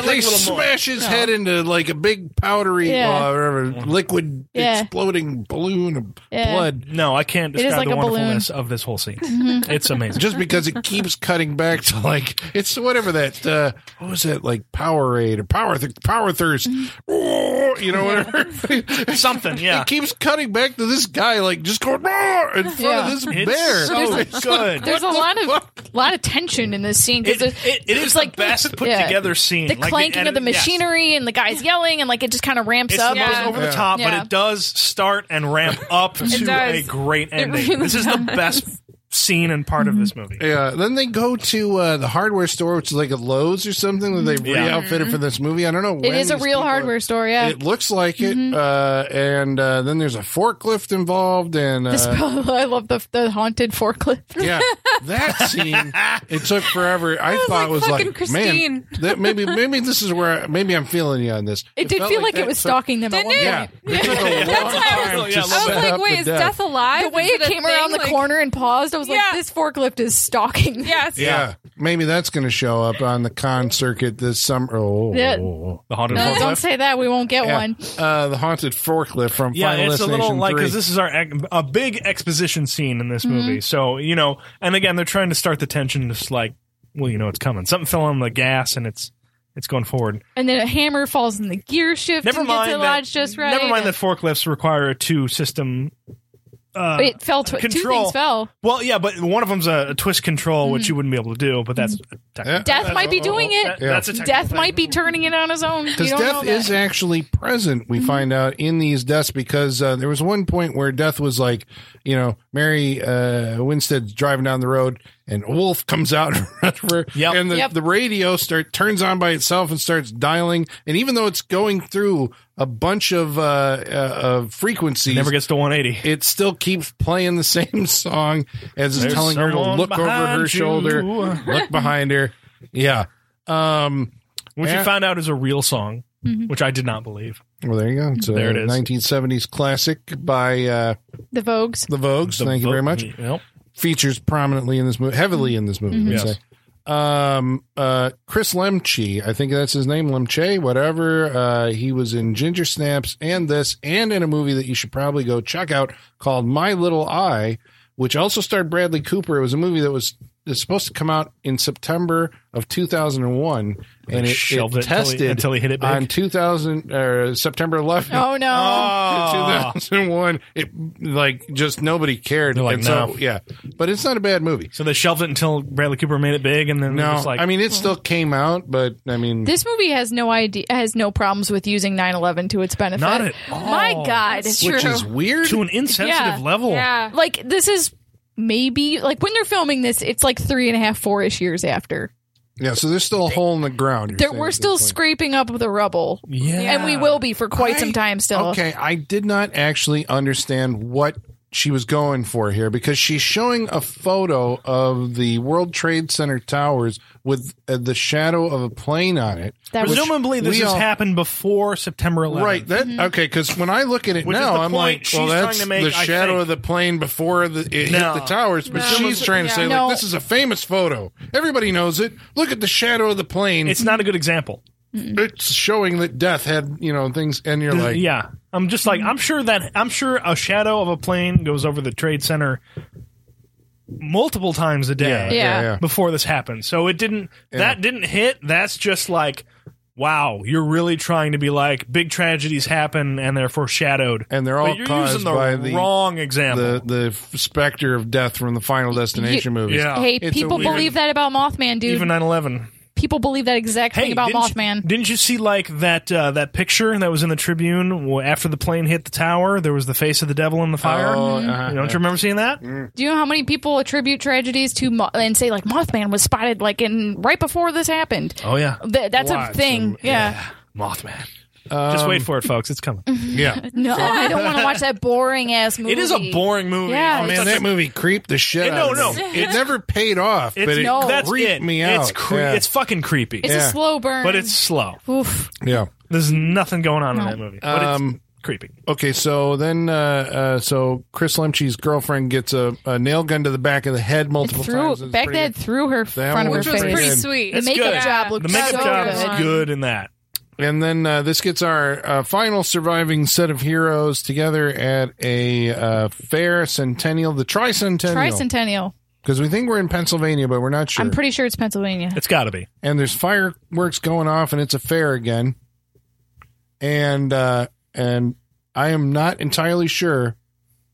B: they
D: like a little more.
B: smash his head into like a big powdery
E: Yeah.
B: uh, whatever,
D: Mm-hmm.
B: liquid
E: Yeah.
B: exploding balloon of
E: Yeah.
B: blood
D: No, I can't
E: is
D: describe
E: like
D: the
E: a balloon. Mm-hmm.
D: wonderfulness of this whole scene. it's amazing.
B: just because it keeps cutting back to like it's whatever that uh what was that like Powerade or power th- power thirst
E: Mm-hmm.
B: Roar, you know whatever
D: Something, yeah.
B: it keeps cutting back to this guy like just going Roar! in front
E: Yeah.
B: of this
D: It's
B: bear Oh
D: so good.
E: there's a lot of
B: fuck?
E: lot of tension in this scene
D: It,
E: because
D: it, it is
E: like
D: the best put
E: yeah.
D: together scene.
E: the
D: Like,
E: clanking of the
D: edit- yes.
E: machinery and the guys yelling and like it just kind of ramps
D: It's
E: up.
D: the most
C: Yeah.
D: over the top,
E: Yeah.
D: but it does start and ramp up to a
C: does.
D: great ending.
C: really
D: this is the best scene and part of this
E: Mm-hmm.
D: movie.
B: yeah then they go to uh the hardware store which is like a Lowe's or something that they've
D: Mm-hmm. Yeah.
B: re-outfitted for this movie I don't know
E: Mm-hmm. It
B: when
E: is a
B: these
E: real
B: people-
E: hardware store, yeah.
B: It looks like it,
C: Mm-hmm.
B: uh, and uh, then there's a forklift involved, and
E: This-
B: uh,
E: I love the the haunted forklift.
B: yeah, that scene it took forever. I
C: was
B: thought
C: Oh, like
B: was like,
C: fucking
B: man,
C: Christine.
B: that maybe maybe this is where I, maybe I'm feeling you on this.
E: It, did
B: felt
E: feel like, it
B: that
E: was
B: took-
E: stalking them. at
C: Didn't
E: one
C: it?
E: point.
B: Yeah, it took a long
C: why I
B: time
D: was-
B: to
D: I was
C: I
B: set
C: was like,
B: up
C: wait,
B: the
C: is
B: death.
C: death alive?
E: The way
C: Is
E: it
C: a
E: came around
C: thing?
E: the
C: Like,
E: corner and paused, I was like,
C: Yeah.
E: "This forklift is stalking." them."
C: Yes.
B: Yeah, maybe that's going to show up on the con circuit this summer. Oh,
E: Yeah.
D: The haunted
E: No, don't
D: forklift.
E: say that. We won't get
B: Yeah.
E: one.
B: Uh, the haunted forklift from
D: Yeah,
B: Final
D: it's a
B: Destination
D: little like
B: Three.
D: because this is our ex- a big exposition scene in this
E: Mm-hmm.
D: movie. So you know, and again, they're trying to start the tension, just like, well, you know, it's coming. Something fell on the gas, and it's it's going forward.
E: And then a hammer falls in the gear shift.
D: Never
E: and
D: mind
E: Gets it
D: that.
E: lodged just right.
D: Never mind that forklifts require a two system. Uh,
E: It fell. Tw- two
D: Control.
E: things fell.
D: well, yeah, but one of them's a, a twist control, which you wouldn't be able to do. But that's
B: Yeah.
E: Mm. Death might be doing it.
D: That- that's a technical
E: Death
D: thing.
E: might be turning it on his own. You
B: Because
E: don't know
B: death
E: that.
B: is actually present,
D: Mm-hmm.
B: we find out in these deaths. Because uh, there was one point where death was like, you know, Mary uh, Winstead's driving down the road, and a wolf comes out in front of her,
D: Yep.
B: and the,
E: Yep.
B: the radio start turns on by itself and starts dialing. And even though it's going through a bunch of uh, uh, of frequencies,
D: never gets to 180.
B: it still keeps playing the same song as it's
D: There's
B: telling her to
D: someone
B: look over
D: behind
B: her
D: you.
B: shoulder, look behind her. Yeah. Um,
D: which
B: Yeah.
E: Mm-hmm.
D: you found out is a real song, which I did not believe.
B: Well, there you go. It's a
D: There it is.
B: 1970s classic by uh,
E: The Vogues.
B: the Vogues. Thank you very much.
D: Yep.
B: Features prominently in this movie, heavily in this movie. I would
D: Mm-hmm. Yes.
B: say. Um, uh, Chris Lemche, I think that's his name, Lemche, whatever. Uh, he was in Ginger Snaps and this, and in a movie that you should probably go check out called My Little Eye, which also starred Bradley Cooper. It was a movie that was it's supposed to come out in September of 2001, and it, it
D: Shelved it until he-
B: tested
D: until he hit it big.
B: on 2000 or September 11th.
E: Oh no.
D: Oh.
B: 2001 it like just nobody cared
D: They're like,
B: and
D: "No."
B: so yeah but it's not a bad movie
D: So they shelved it until Bradley Cooper made it big, and then
B: no
D: it's like, "Mm."
B: i mean it still came out but i mean
E: This movie has no idea has no problems with using 9/11 to its benefit.
D: Not at
E: My
D: all.
E: god.
B: which is weird
D: to an insensitive
E: Yeah.
D: level.
C: Yeah.
E: like this is maybe like when they're filming this, it's like three and a half, four ish years after.
B: yeah so there's still a hole in the ground you're
E: There,
B: saying
E: we're
B: at
E: still
B: this point.
E: scraping up the rubble,
D: Yeah.
E: and we will be for quite some
B: I-
E: time still.
B: okay i did not actually understand what she was going for here because she's showing a photo of the world trade center towers with uh, the shadow of a plane on it
E: That was
D: Presumably, this
B: We
D: has
B: all-
D: happened before September 11th.
B: Right. That okay. Because when I look at it
D: Which is
B: now,
D: the
B: I'm
D: point
B: like, well,
D: she's
B: that's
D: trying to make,
B: the
D: I
B: shadow
D: think.
B: of the plane before the, it
D: No.
B: hit the towers. But
C: No.
B: she's trying to
C: Yeah.
B: say,
E: No.
B: like, this is a famous photo. Everybody knows it. Look at the shadow of the plane.
D: It's
B: It's,
D: not a good example.
B: showing that death had you know things, and you're like,
D: yeah. I'm just like, I'm sure that, I'm sure a shadow of a plane goes over the Trade Center multiple times a day.
B: yeah, yeah,
E: Yeah.
B: yeah.
D: before this happened. So it didn't that didn't hit. That's just like wow, you're really trying to be like big tragedies happen and they're foreshadowed.
B: And they're all
D: but you're
B: caused
D: using the
B: by the-
D: wrong example.
B: The the specter of death from the Final Destination movies.
D: yeah.
E: Hey,
B: It's a
E: people
B: weird-
E: believe that about Mothman, dude.
D: even 9/11.
E: people believe that exact
D: Hey,
E: thing about
D: didn't
E: Mothman.
D: You, didn't you see like that uh, that picture that was in the Tribune wh- after the plane hit the tower? There was the face of the devil in the fire.
B: Oh, uh-huh. Mm-hmm.
D: You don't you remember seeing that?
E: Do you know how many people attribute tragedies to Mo- and say like Mothman was spotted like in right before this happened?
D: Oh yeah,
E: Th- that's a
B: Lots
E: thing.
B: of-
E: yeah.
D: Mothman. Just wait
E: Um,
D: for it, folks. It's coming.
B: yeah.
E: No, I don't want to watch that boring ass movie.
D: It is a boring movie.
E: Yeah,
D: Oh,
E: it's
B: Man,
D: such a-
B: that movie creeped the shit
D: It-
B: out
D: no,
B: of
D: no.
B: me. It never paid off,
D: It's,
B: but it
E: No.
D: that's
B: creeped
D: it.
B: me out.
D: It's cre-
B: Yeah.
D: it's fucking creepy,
E: It's
B: Yeah.
E: a slow burn,
D: but it's slow.
E: Oof.
B: yeah.
D: There's nothing going on in that movie, but
B: Um,
D: it's creepy.
B: Okay, so then, uh, uh, so Chris Lemche's girlfriend gets a, a nail gun to the back of the head multiple
E: through
B: times. It's pretty
E: Baghdad
B: good.
E: through her front of her
B: one
C: Which was
E: face.
C: pretty
B: good.
C: sweet.
E: the makeup
D: good.
E: job
D: The
E: looks
D: makeup
E: so
D: job
E: good.
D: is good in that.
B: And then uh, this gets our uh, final surviving set of heroes together at a uh, fair centennial, the tricentennial,
E: Tricentennial.
B: because we think we're in Pennsylvania, but we're not sure.
E: I'm pretty sure it's Pennsylvania.
D: It's got to be.
B: and there's fireworks going off, and it's a fair again. And uh, and I am not entirely sure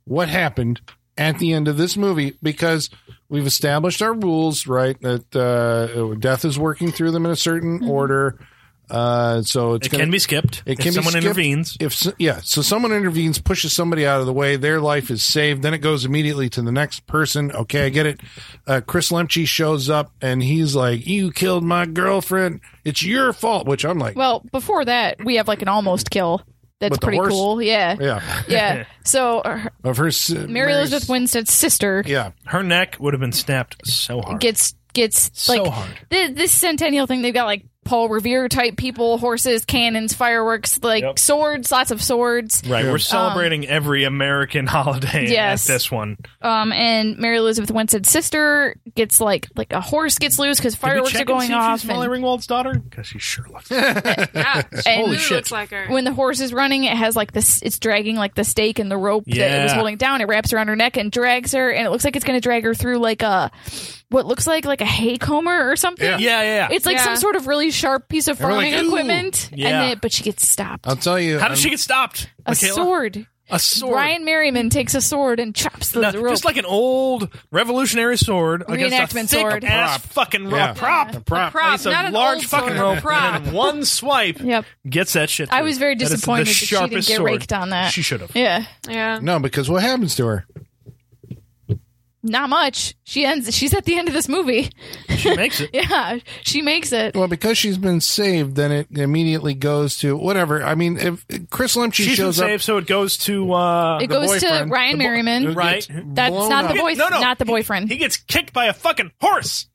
B: what happened at the end of this movie because we've established our rules, right? That uh, death is working through them in a certain order. Uh, so it's
D: Mm-hmm. It
B: gonna,
D: can be skipped.
B: It
D: if
B: can be
D: someone
B: skipped.
D: intervenes.
B: if s- yeah, so someone intervenes, pushes somebody out of the way, their life is saved. Then it goes immediately to the next person. Okay, I get it. Uh, Chris Lemche shows up and he's like, "You killed my girlfriend. It's your fault." Which I'm like,
E: Well, before that, we have like an almost kill. That's
B: With the
E: pretty
B: horse?
E: cool. Yeah. Yeah.
B: yeah,
E: So uh, her-
B: of her s- Mary
E: Mary Elizabeth Winstead's sister
B: Yeah,
D: Her neck would have been snapped so hard.
E: gets gets
D: So
E: like
D: hard.
E: thi- this centennial thing. They've got like Paul Revere type people, horses, cannons, fireworks, like
D: Yep.
E: swords, lots of swords.
D: right. We're celebrating every American holiday
E: Um, Yes.
D: at this one.
E: Um, and Mary Elizabeth Winstead's sister gets like like a horse gets loose because
D: Did we
E: fireworks
D: check
E: are
D: and
E: going
D: see if
E: off.
D: She's Molly
E: and-
D: Ringwald's daughter because she sure looks.
C: Yeah.
E: And-
C: Holy
D: shit.
C: looks like her.
E: when the horse is running, it has like this. It's dragging like the stake and the rope that it was
D: Yeah.
E: holding down. It wraps around her neck and drags her, and it looks like it's going to drag her through like a what looks like like a hay comber or something.
D: yeah, yeah. yeah.
E: It's like
C: Yeah.
E: some sort of really sharp piece of
B: And we're
E: farming
B: like, "Ooh."
E: equipment, and
D: Yeah.
E: then, but she gets stopped.
B: I'll tell you. um,
D: How did
B: I'm-
D: she get stopped?
E: a
D: Michaela?
E: sword.
D: A sword.
E: Brian Merriman takes a sword and chops the,
D: No,
E: the rope.
D: just like an old revolutionary sword against a
E: Reenactment
D: thick
E: sword.
D: ass
B: Prop.
D: fucking ro-
B: Yeah.
D: prop.
B: A prop.
C: prop,
D: It's a
C: not an
D: large
C: old
D: fucking
C: sword,
D: rope.
C: a prop.
D: And in one swipe
E: Yep.
D: gets that shit.
E: I
D: through.
E: was very
D: That is the
E: disappointed that she didn't
D: sharpest
E: get
D: sword.
E: raked on that.
D: She should have.
E: yeah,
C: yeah.
B: No, because what happens to her?
E: not much. She ends. She's at the end of this movie.
D: She makes it.
E: Yeah, she makes it.
B: Well, because she's been saved, then it immediately goes to whatever. I mean, if Chris Lemche
D: She's been
B: shows up,
D: saved, so it goes to uh,
E: It goes to
B: boyfriend,
E: Ryan
B: the bo-
E: Merriman.
D: right.
E: That's
B: blown
E: not
B: up.
E: the boy,
D: No, no.
E: not the boyfriend.
D: He
E: He,
D: gets kicked by a fucking horse.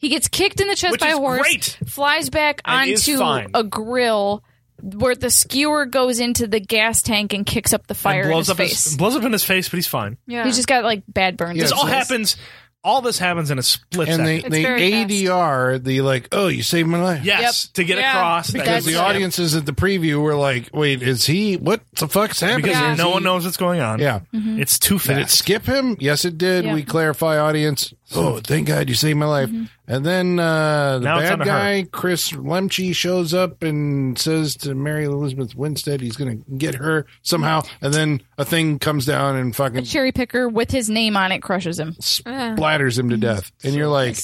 E: gets kicked in the chest
D: Which
E: by
D: is
E: a horse,
D: great.
E: flies back
D: And is
E: onto
D: fine.
E: a grill, where the skewer goes into the gas tank and kicks up the fire in
D: blows
E: his
D: up
E: face.
D: his blows up in his face, but he's fine.
C: Yeah.
E: He's just got like bad burns.
B: Yeah,
E: on
D: This
E: his
D: all
E: face.
D: happens. All this happens in a split
B: and they,
D: second.
B: they
C: very fast.
B: ADR the like, oh, you saved my life.
D: yes, to get
C: Yeah.
D: across that
B: Because
E: That's-
B: the
D: it's-
B: audiences at the preview were like, wait, is he, what the fuck's happening?
D: because
C: Yeah.
B: Is
D: no
B: he-
D: one knows what's going on.
B: Yeah.
E: Mm-hmm.
D: it's too fast.
B: Did it skip him? Yes, it did.
E: Yeah.
B: We clarify, audience. Oh, thank God you saved my life. And then uh, the
D: Mm-hmm. Now it's
B: bad
D: on to her.
B: guy, Chris Lemche, shows up and says to Mary Elizabeth Winstead he's going to get her somehow. And then a thing comes down and
E: A
B: fucking
D: Uh,
E: cherry picker with his name on it crushes him.
B: splatters
D: mm-hmm.
B: him to death. And you're like,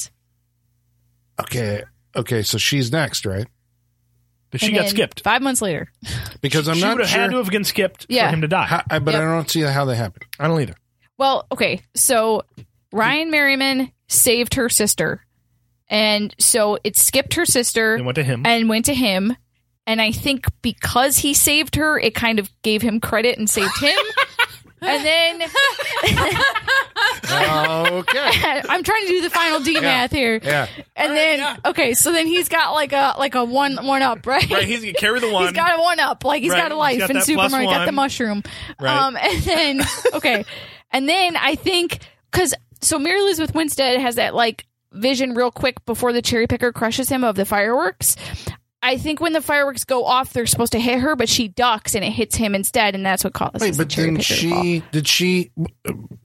B: okay, okay, so she's next, right?
D: But she
E: And
D: got
E: then
D: skipped.
E: Five months later.
B: Because I'm
D: she
B: not
D: would have
B: sure.
D: had to have been skipped
E: Yeah.
D: for him to die.
B: how, I, but
E: Yep.
B: I don't see how they happened.
D: I don't either.
E: Well, okay. So Ryan Merriman saved her sister. And so it skipped her
D: They
E: sister
D: went to him.
E: and went to him. And I think because he saved her, it kind of gave him credit and saved him. and then
B: okay.
E: I'm trying to do the final D math here.
B: Yeah.
E: And then okay, so then he's got like a like a one one up, right?
D: right, he's gonna carry the one.
E: He's got a one up. Like he's
D: Right,
E: got a
D: he's
E: life
D: got
E: in
D: that plus
E: Super Mario. Got the
D: one.
E: mushroom.
D: Right.
E: Um, and then okay, and then I think because so Mary Elizabeth Winstead has that like vision real quick before the cherry picker crushes him of the fireworks. I think when the fireworks go off, they're supposed to hit her, but she ducks and it hits him instead, and that's what causes
B: Wait,
E: the
B: but
E: cherry
B: then
E: picker to fall.
B: she did she?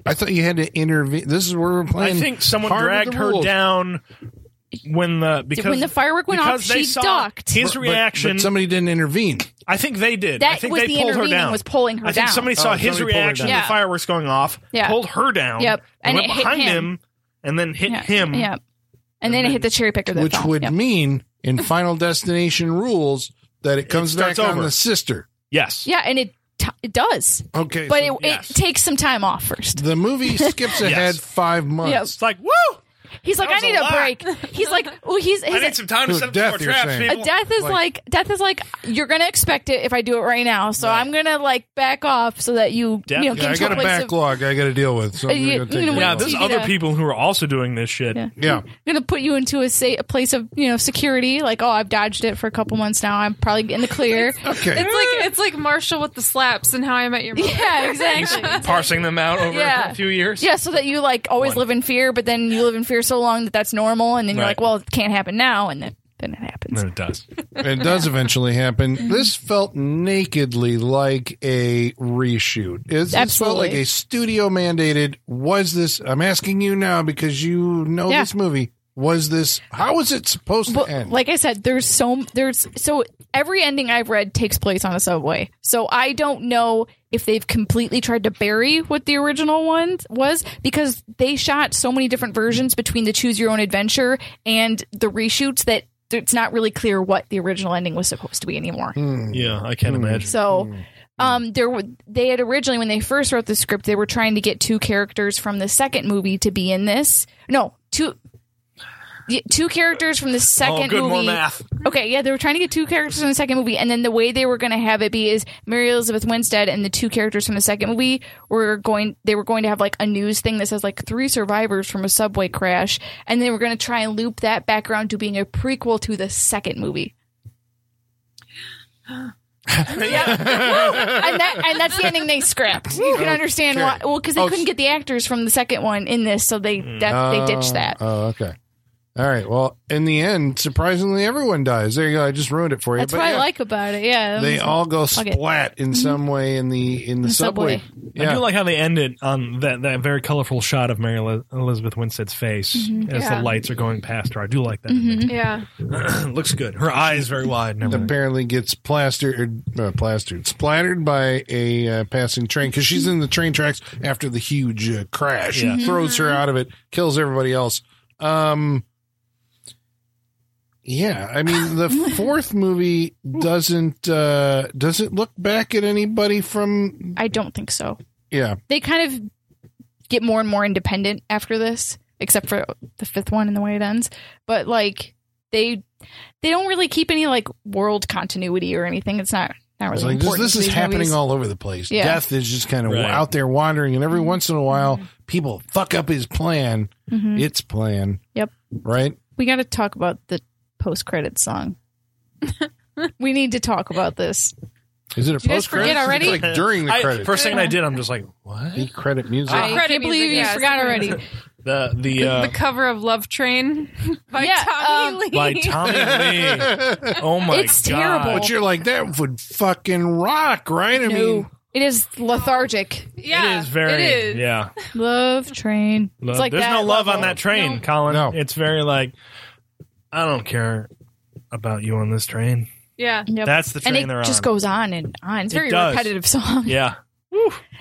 B: I thought you had to intervene. This is where we're
D: I
B: playing.
D: think someone
B: hard with
D: dragged
B: the
D: her
B: rules.
D: down when the because
E: when the firework went off,
D: because they
E: she
D: saw
E: ducked.
D: His
B: But-
D: reaction.
B: But, somebody didn't intervene.
D: I think they did. I
E: That
D: think
E: was
D: they
E: the
D: pulled her
E: intervening
D: down.
E: was pulling her
D: I think
E: down.
D: somebody
B: Oh,
D: saw his
B: somebody pulled her
D: reaction,
E: down.
D: the
E: Yeah.
D: fireworks going off,
E: Yeah.
D: pulled her down.
E: Yep.
D: and,
E: And
D: went
E: it hit
D: behind him.
E: him.
D: and then hit
E: yeah.
D: him.
E: Yeah. And then it hit the cherry picker, that
B: which
E: fell.
B: would
E: Yep.
B: mean in Final Destination rules that it comes
D: starts
B: back on
D: over.
B: the sister.
D: Yes.
E: yeah, and it t- it does.
B: Okay,
E: but
B: so
E: it,
D: yes.
E: it takes some time off first.
B: the movie skips ahead five months.
D: It's like woo.
E: He's like,
D: That
E: I
D: was
E: need
D: a
E: a,
D: lot.
E: break. He's like, well, he's, he's
D: I
E: like,
D: need some time to
B: To
D: set up
B: death,
D: some more
B: you're
D: traps.
B: saying.
E: a
D: people.
E: death is
B: like-
E: like, death is like you're gonna expect it if I do it right now. So I'm gonna like back off so that you
D: Death-
E: you know
D: Yeah,
E: get
B: I
E: into
B: got
E: a
B: a
E: place of
B: backlog I got to deal with. So
E: Uh,
B: I'm
E: you-
B: gonna take
E: you know
B: it
E: what?
D: Yeah,
B: off.
D: there's
E: TV
D: other
E: to-
D: people who are also doing this shit.
E: Yeah.
B: yeah.
E: gonna put you into a, sa- a place of you know security. Like oh, I've dodged it for a couple months now. I'm probably in the clear.
B: Okay.
C: It's like it's like Marshall with the slaps and How I Met Your Mother.
E: yeah, exactly.
D: Parsing them out over
E: Yeah.
D: a few years.
E: Yeah, so that you like always
D: One.
E: live in fear, but then you live in fear so long that that's normal, and then you're
D: Right.
E: like, well, it can't happen now, and then then it happens.
D: And it does.
B: it does eventually
E: Mm-hmm.
B: happen. This felt nakedly like a reshoot. It's, this felt
E: Absolutely.
B: like a studio mandated. Was this? I'm asking you now because you know
E: Yeah.
B: this movie. Was this? How was it supposed
E: But
B: to end?
E: like I said, there's so there's so every ending I've read takes place on a subway. So I don't know if they've completely tried to bury what the original one was because they shot so many different versions between the choose your own adventure and the reshoots that it's not really clear what the original ending was supposed to be anymore.
D: Yeah, I can't imagine.
E: So um there were they had originally when they first wrote the script they were trying to get two characters from the second movie to be in this. No, two y- two characters from the second
D: oh, good more
E: movie.
D: math.
E: Okay, yeah, they were trying to get two characters from the second movie, and then the way they were going to have it be is Mary Elizabeth Winstead and the two characters from the second movie were going. They were going to have like a news thing that says like three survivors from a subway crash, and they were going to try and loop that back around to being a prequel to the second movie. yeah, and that and that's the ending they scrapped. You can understand why. Well, because they
B: Oh,
E: couldn't
B: s-
E: get the actors from the second one in this, so they that, they ditched that.
B: Oh, okay. All right. Well, in the end, surprisingly, everyone dies. There you go. I just ruined it for you.
E: That's
B: But
E: what I
B: Oh. yeah,
E: like about it. Yeah,
B: They all go
E: Fuck it. Mm-hmm.
B: splat in some way in the in the,
E: The
B: subway.
E: subway.
B: Yeah.
D: I do like how they end it on that, that very colorful shot of Mary Eli- Elizabeth Winstead's face
E: Mm-hmm.
D: as
C: Yeah.
D: the lights are going past her. I do like that.
C: Yeah.
D: It looks good. Her eyes very wide. And everything.
B: Apparently gets plastered, uh, plastered, splattered by a uh, passing train because she's in the train tracks after the huge uh, crash.
D: Yeah.
B: Throws
E: Mm-hmm.
B: her out of it, kills everybody else. Um, yeah, I mean the fourth movie doesn't uh, doesn't look back at anybody from
E: I don't think so.
B: yeah
E: they kind of get more and more independent after this, except for the fifth one and the way it ends. But like they they don't really keep any like world continuity or anything. It's not not
B: It's
E: really
B: like this,
E: important.
B: this
E: to
B: is
E: these
B: happening
E: movies.
B: all over the place.
E: Yeah. Mm-hmm.
B: Death is just kind of
D: Right.
B: out there wandering, and every once in a while, people fuck up his plan.
E: Mm-hmm.
B: Its plan.
E: Yep.
B: Right.
E: We got to talk about the post credit song. we need to talk about this.
B: Is it a
E: you guys
B: post credit?
E: forget already?
B: It's like during the
D: I,
B: credits.
D: first thing I did, I'm just like, what?
B: the credit
D: Ah.
B: music.
E: I
C: Credit
E: can't believe
C: music,
E: you
C: yes.
E: forgot already.
D: The the uh,
C: the cover of Love Train by
E: Yeah,
C: Tommy
E: um,
C: Lee.
D: by Tommy Lee. Oh my
E: It's
D: god!
E: terrible.
B: but you're like that would fucking rock, right? I mean,
E: No, it is lethargic.
C: yeah,
D: it is very
C: It is.
D: yeah.
E: Love train.
D: Love-
E: It's like
D: There's
E: that
D: no love
E: level.
D: on that train,
E: No.
D: Colin.
B: No.
D: It's very like I don't care about you on this train.
C: Yeah.
E: Yep.
D: That's the train
E: and it
D: they're
E: just
D: on.
E: goes on and on. It's a
D: It
E: very
D: does.
E: repetitive song.
D: yeah.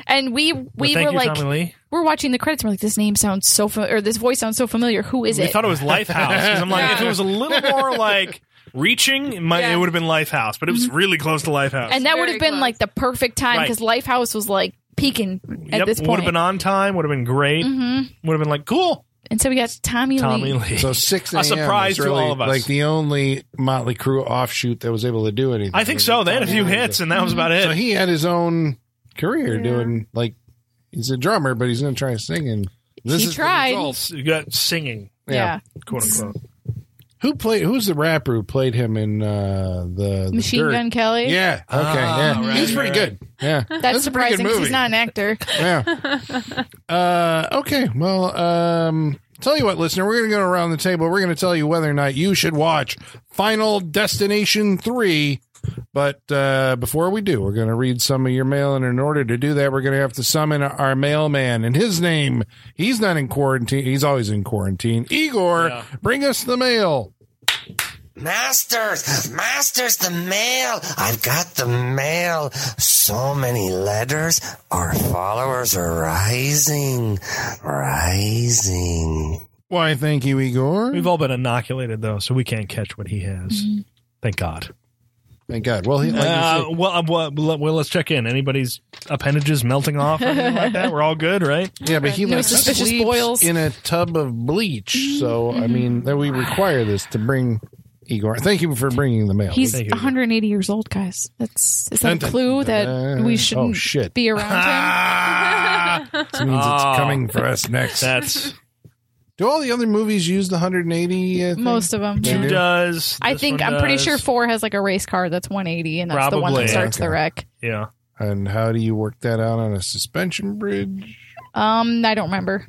E: And we
D: But
E: we
D: thank
E: were
D: you,
E: like
D: Tommy Lee.
E: we're watching the credits. And we're like this name sounds so familiar, or this voice sounds so familiar. Who is
D: We
E: it?
D: thought it was Lifehouse. 'cause I'm like,
C: Yeah.
D: if it was a little more like reaching, it, might,
C: Yeah.
D: it would have been Lifehouse. But it was really close to Lifehouse.
E: Mm-hmm. and that
C: Very
E: would have been
C: close.
E: like the perfect time
D: Right.
E: because Lifehouse was like peaking at
D: yep,
E: this
D: would
E: point. Mm-hmm.
D: have been on time. Would have been great. Would have been like cool.
E: and so we got Tommy, Lee.
D: Tommy Lee.
B: so six
D: A
B: a.m. was
D: surprise to
B: really,
D: all of us.
B: Like the only Motley Crue offshoot that was able to do anything.
D: I think so. They had a few hits, and that was about it.
B: Mm-hmm. So he had his own career
E: Yeah.
B: doing like he's a drummer, but he's gonna try singing. This
E: He
B: is the
E: tried.
B: result.
D: Else, you got singing,
E: Yeah.
D: quote unquote.
E: Mm-hmm.
B: Who played? Who's the rapper who played him in uh, the, the
E: Machine
B: Dirt?
E: Gun Kelly.
B: Yeah. Okay. yeah.
D: right,
B: he's pretty
D: right.
B: good. Yeah.
E: That's,
B: a pretty good
E: surprising because he's
B: movie.
E: not an actor.
B: Yeah. Uh, okay. Well, um, tell you what, listener, we're going to go around the table. We're going to tell you whether or not you should watch Final Destination 3. But uh, before we do, we're going to read some of your mail. And in order to do that, we're going to have to summon our mailman. And his name, he's not in quarantine. He's always in quarantine. Igor,
D: Yeah.
B: bring us the mail.
F: Masters, masters, the mail. I've got the mail. So many letters. Our followers are rising, rising.
B: Why, thank you, Igor.
D: We've all been inoculated though, so we can't catch what he has.
E: Mm-hmm.
D: Thank God.
B: Thank God. Well, he, like you
D: Uh,
B: said-
D: well, uh, well, let- well, let's check in. Anybody's appendages melting off or anything like that? We're all good, right?
B: Yeah, but he
E: No
B: like
E: suspicious
B: sleeps
E: boils. Mm-hmm.
B: in a tub of bleach. So I mean, that we require this to bring Igor. Thank you for bringing the mail.
E: He's
D: Thank you.
E: 180 years old, guys. That's is that
B: Dun,
E: a
B: dun,
E: clue
B: dun,
E: that
B: dun.
E: we
B: Oh,
E: shouldn't
B: shit.
E: be around him?
D: Ah,
B: That means
D: Oh.
B: it's coming for us next.
D: that's
B: Do all the other movies use the 180? Uh, thing?
E: Most of them.
B: They
D: two
B: do?
D: does.
E: I
D: this
E: think
D: one
E: I'm pretty
D: does.
E: sure four has like a race car that's 180, and that's the one
D: Probably.
E: that starts
B: Okay.
E: the wreck.
D: Yeah,
B: And how do you work that out on a suspension bridge?
E: Um, I don't remember.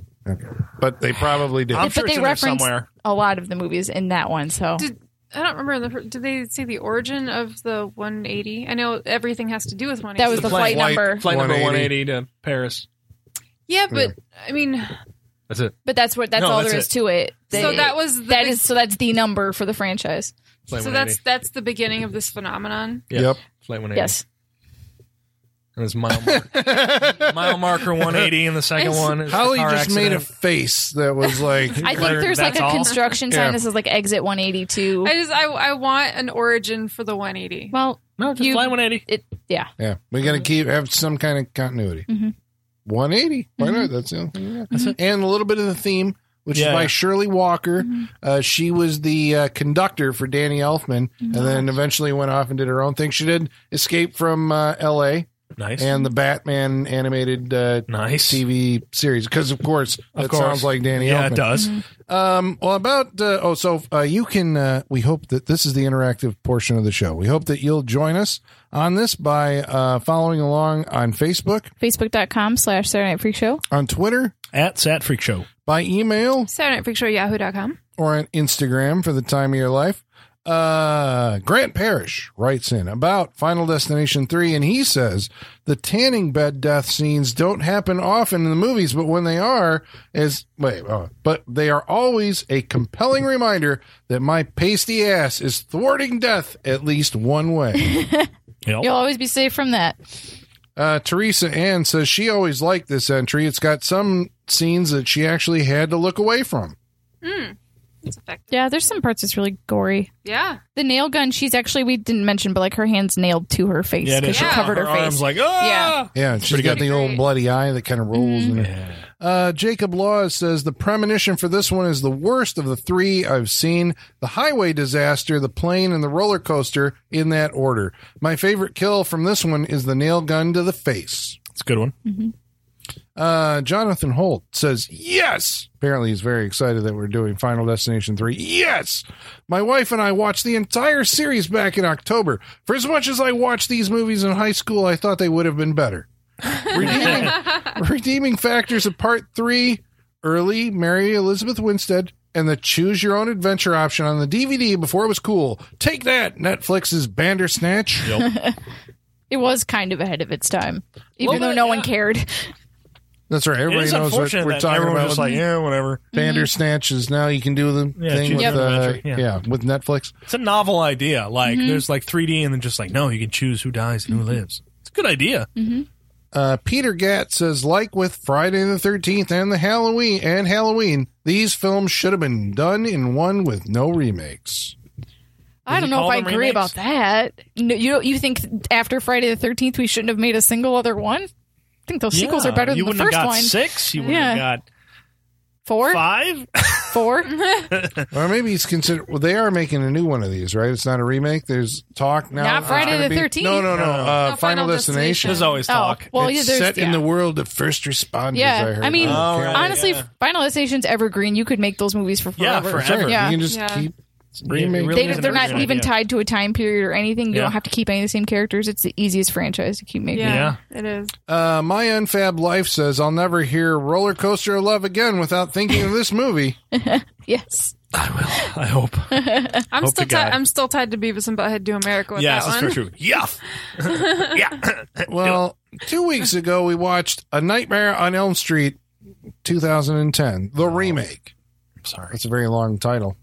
B: But they probably did.
D: I'm
E: But
D: sure
E: they
D: it's in there
E: referenced-
D: somewhere.
E: A lot of the movies in that one, so
C: Did- I don't remember. The, did they say the origin of the 180? I know everything has to do with 180.
E: that oh, was the, flight,
B: flight.
E: number.
B: Flight number 180
D: to Paris.
C: yeah, but I mean,
D: That's it.
E: But that's what that's
D: No,
E: all
D: that's
E: there is to it.
C: so
E: They-
C: that was the
E: that is so that's the number for the franchise.
C: so that's that's the beginning of this phenomenon.
D: Yeah.
B: Yep.
D: flight 180.
E: Yes,
D: It was mile marker, mile marker 180, and the second one. Is
B: Holly
D: the
B: just
D: car
B: made a
D: accident.
B: face that was like,
E: I think there's like
D: That's
E: a
D: all?
E: construction sign
B: Yeah.
E: that says like exit 182.
C: I just I I want an origin for the 180.
E: well,
D: no, just
E: you-
D: flight 180.
E: it yeah.
B: yeah, we got to keep have some kind of continuity.
E: Mhm.
B: 180. Why not? That's the only thing. we got. And a little bit of the theme, which
D: Yeah.
B: is by Shirley Walker. Uh, she was the uh, conductor for Danny Elfman, and then eventually went off and did her own thing. She did Escape from uh, L.A.
D: Nice,
B: and the Batman animated uh,
D: nice.
B: TV series, because of course that
D: course.
B: sounds like Danny
D: yeah, it
B: Elfman.
D: does.
E: Mm-hmm.
B: Um, well, about uh, oh, so uh, you can. Uh, we hope that this is the interactive portion of the show. We hope that you'll join us on this by uh, following along on Facebook,
E: Facebook.com slash Saturday Night Freak Show.
B: on Twitter,
D: At Sat Freak Show.
B: by email,
C: Saturday Night Freak Show Yahoo.com.
B: or on Instagram for the time of your life. Uh, Grant Parrish writes in about Final Destination 3, and he says the tanning bed death scenes don't happen often in the movies, but when they are, is wait, oh, but they are always a compelling reminder that my pasty ass is thwarting death at least one way.
D: Yep.
E: You'll always be safe from that.
B: Uh, Teresa Ann says she always liked this entry. It's got some scenes that she actually had to look away from.
C: It's effective.
E: Yeah, there's some parts that's really gory.
C: Yeah.
E: The nail gun, she's actually we didn't mention, but like her hands nailed to her face
D: Yeah, it
E: because
D: is.
E: she
C: Yeah.
E: covered her,
D: arms
E: face.
D: like, ah!
B: Yeah, she's got the
C: good.
B: old bloody eye that kind of rolls. in her- Uh, Jacob Laws says the premonition for this one is the worst of the three I've seen the highway disaster, the plane, and the roller coaster in that order. My favorite kill from this one is the nail gun to the face.
D: It's a good one.
B: Uh, Jonathan Holt says, Yes. Apparently, he's very excited that we're doing Final Destination 3. Yes. My wife and I watched the entire series back in October. For as much as I watched these movies in high school, I thought they would have been better. Redeeming, redeeming factors of part three early Mary Elizabeth Winstead and the choose your own adventure option on the DVD before it was cool. Take that, Netflix's Bandersnatch.
E: It was kind of ahead of its time, even
D: Well,
E: though
D: but-
E: no one cared.
B: That's right.
D: It
B: Everybody
D: is
B: knows what
D: unfortunate
B: we're
D: that
B: talking
D: everyone was
B: about.
D: just like, yeah, whatever.
B: Bandersnatch is now you can do the
D: Yeah,
B: thing
D: choose
B: with
D: your own
B: uh,
D: adventure,
B: yeah.
D: yeah.
B: with Netflix.
D: It's a novel idea. Like
E: Mm-hmm.
D: there's like 3D, and then just like, no, you can choose who dies and who lives. It's a good idea.
B: Uh, Peter Gatt says, like with Friday the Thirteenth and the Halloween and Halloween, these films should have been done in one with no remakes.
E: I don't
D: Does he
E: know if
D: call
E: I
D: them
E: agree
D: remakes?
E: about that. No, you don't- you think after Friday the Thirteenth we shouldn't have made a single other one? I think those sequels
D: Yeah.
E: are better
D: you
E: than the
D: wouldn't
E: first
D: have got
E: one.
D: Six. You would
E: Yeah.
D: have got
E: Four,
D: five.
E: four.
B: Or maybe he's considered. Well, they are making a new one of these, right? It's not a remake. There's talk now.
E: Not
B: it's
E: Friday
B: gonna be-
E: the 13th.
B: No, no, no.
D: No, no, no.
B: Uh,
C: No, Final
B: Final Destination.
C: Destination.
D: There's always
E: oh,
D: talk.
E: well, yeah,
B: it's
E: there's
B: set in
E: yeah.
B: the world of first responders.
E: Yeah,
B: I, heard.
E: I mean,
B: Oh,
D: right.
E: Honestly,
D: Yeah.
E: Final Destination's evergreen. You could make those movies for
D: Yeah,
E: forever.
D: forever.
B: that's right.
E: Yeah.
B: You can just
C: Yeah.
B: keep
D: Yeah, it
B: remake.
D: really
E: They,
D: is an
E: they're not
D: original
E: even
D: idea.
E: tied to a time period or anything. You
D: Yeah.
E: don't have to keep any of the same characters. It's the easiest franchise to keep making.
C: Yeah, it is.
B: Uh, my unfab life says I'll never hear roller coaster of love again without thinking of this movie.
E: Yes.
D: I hope.
C: I'm
D: Hope
C: still
D: to
C: tied.
D: God.
C: I'm still tied to Beavis and Butthead Do America with
D: yeah,
C: that one.
D: that's for sure. Yeah. yeah.
B: Well, two weeks ago we watched A Nightmare on Elm Street, 2010, the remake.
D: I'm sorry.
B: That's a very long title.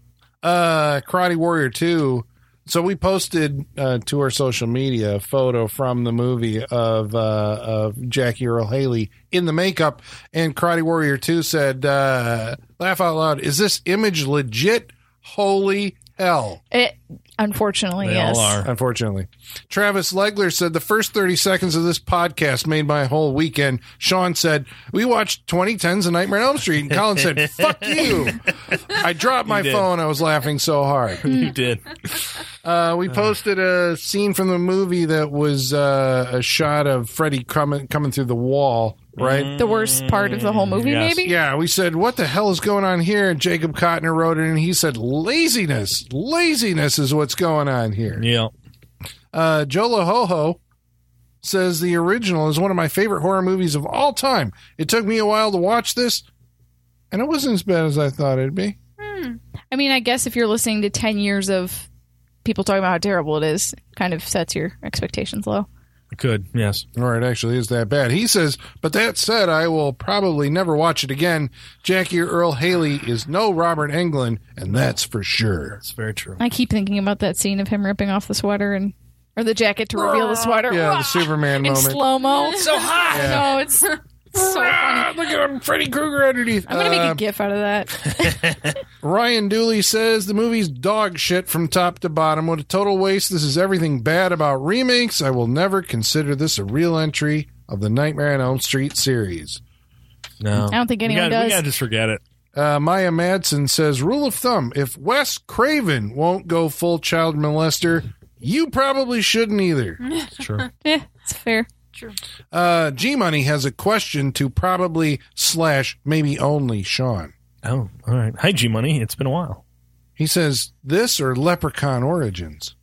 B: Uh, Karate Warrior 2. So we posted uh, to our social media a photo from the movie of uh, of Jackie Earl Haley in the makeup, and Karate Warrior 2 said, uh, laugh out loud, is this image legit? Holy hell.
E: It, unfortunately,
D: They
E: yes.
D: all are.
B: Unfortunately, Travis Legler said the first 30 seconds of this podcast made my whole weekend. Sean said, We watched 2010's A Nightmare on Elm Street. And Colin said, Fuck you. I dropped my
D: did.
B: phone. I was laughing so hard.
E: Hmm.
D: You did.
B: Uh, we posted a scene from the movie that was uh, a shot of Freddy coming, coming through the wall, right?
E: The worst part of the whole movie,
D: Yes.
E: maybe?
B: Yeah, we said, What the hell is going on here? And Jacob Cotner wrote it, and he said, Laziness. Laziness is what's going on here.
D: Yeah.
B: Uh, Jola Hoho says the original is one of my favorite horror movies of all time. It took me a while to watch this, and it wasn't as bad as I thought it'd be.
E: I mean, I guess if you're listening to 10 years of people talking about how terrible it is, kind of sets your expectations low.
D: I could. Yes.
B: Or it actually is that bad. He says, but that said, I will probably never watch it again. Jackie Earl Haley is no Robert Englund, and that's for sure.
D: It's very true.
E: I keep thinking about that scene of him ripping off the sweater and or the jacket to reveal the sweater.
B: Yeah, the Superman
E: in
B: moment.
E: slow mo.
D: So hot.
E: No, it's so funny.
B: Ah, look at him, Freddy Krueger underneath.
E: I'm gonna make
B: Uh,
E: a gif out of that.
B: Ryan Dooley says the movie's dog shit from top to bottom. What a total waste. This is everything bad about remakes. I will never consider this a real entry of the Nightmare on Elm Street series.
D: No.
E: I don't think anyone
D: we gotta,
E: does.
D: We gotta just forget it.
B: Uh, Maya Madsen says, rule of thumb, if Wes Craven won't go full child molester, you probably shouldn't either.
D: It's true.
E: yeah, it's fair.
B: Uh, G Money has a question to probably slash maybe only Sean.
D: oh, all right. Hi, G Money. It's been a while.
B: He says, this or Leprechaun Origins?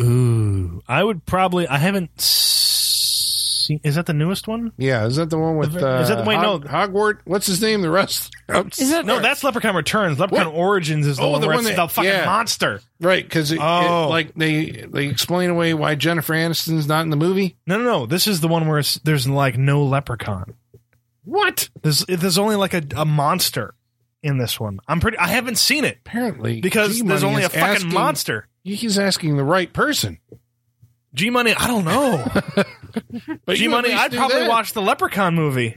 D: Ooh, I would probably. I haven't seen. Is that the newest one?
B: Yeah, is that the one with uh,
D: Is that the- wait, no.
B: Hog- Hogwart? What's his name? The rest.
E: Is that
D: No, that's Leprechaun Returns. Leprechaun Origins is the
B: Oh,
D: one
B: the
D: where
B: one
D: it's
B: that-
D: the fucking
B: yeah.
D: monster.
B: Right, because
D: Oh.
B: like they they explain away why Jennifer Aniston's not in the movie.
D: No, no, no. This is the one where it's, there's like no leprechaun.
B: What?
D: There's there's only like a, a monster in this one. I'm pretty. I haven't seen it
B: Apparently,
D: because
B: G
D: there's
B: Money
D: only a
B: is
D: fucking
B: asking-
D: monster.
B: He's asking the right person.
D: G Money. I don't know.
B: But
D: G
B: you at
D: Money.
B: least
D: I'd
B: do
D: probably
B: that.
D: watch the Leprechaun movie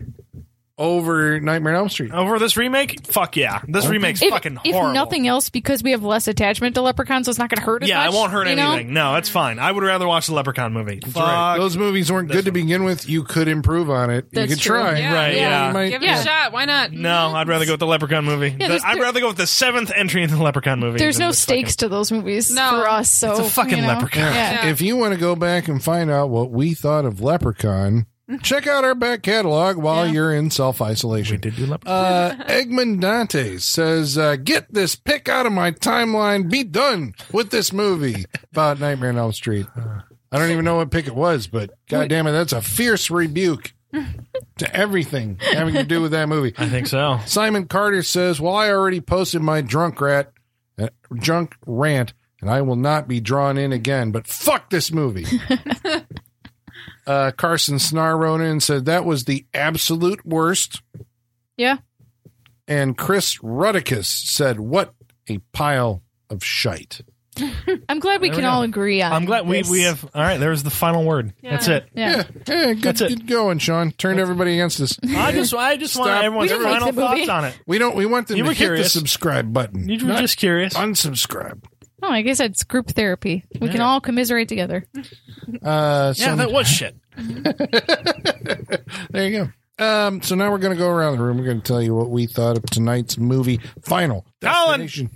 B: over Nightmare on Elm Street.
D: over this remake. Fuck yeah, this remake's
E: if,
D: fucking
E: if
D: horrible.
E: nothing else, because we have less attachment to leprechauns, so it's not gonna hurt as
D: yeah,
E: much.
D: I won't hurt
E: you know?
D: anything. No, it's fine. I would rather watch the Leprechaun movie. Fuck.
B: Right. Those movies weren't good to begin with. You could improve on it.
E: That's
B: you could
E: true.
B: try.
C: Yeah,
D: Right, yeah.
B: You might-
C: Give
E: Yeah.
C: it a shot. Why not?
D: No, I'd rather go with the Leprechaun movie. The-
E: there's-
D: I'd rather go with the seventh entry in the Leprechaun movie.
E: There's
D: than
E: no
D: this
E: stakes to those movies
C: No.
E: for us. So
D: It's a fucking
E: you know?
D: leprechaun.
E: Yeah.
B: If you want to go back and find out what we thought of Leprechaun, Check out our back catalog while
E: Mm. Yeah.
B: you're in self isolation.
D: We did do leopard.
B: Uh, Eggman Dante says, uh, "Get this pick out of my timeline. Be done with this movie about Nightmare on Elm Street." Uh, I don't even know what pick it was, but god damn it, that's a fierce rebuke to everything having to do with that movie.
D: I think so.
B: Simon Carter says, "Well, I already posted my drunk rat, uh, drunk rant, and I will not be drawn in again. But fuck this movie." uh, Carson Snarronan said that was the absolute worst.
E: Yeah.
B: And Chris Rudicus said, "What a pile of shite."
E: I'm glad we
D: There we
E: can
D: go.
E: all agree on
D: I'm glad we,
E: this.
D: we have. All right, there's the final word. That's
C: Yeah.
D: it.
E: Yeah.
B: yeah, good,
D: That's it.
B: good going, Sean. Turned everybody against us.
D: I just I just
B: Stop.
D: want
B: We
D: everyone's
E: don't like
D: final
E: the movie.
D: thoughts on it.
B: We don't. We want them
D: You
B: to
D: were
B: hit
D: curious.
B: the subscribe button.
D: You were
B: not
D: just curious.
B: unsubscribe.
E: Oh, I guess that's group therapy. We can
D: Yeah.
E: all commiserate together.
B: Uh,
D: Yeah,
B: some-
D: that was shit.
B: There you go. Um, so now we're going to go around the room. We're going to tell you what we thought of tonight's movie final.
D: Colin!
B: Destination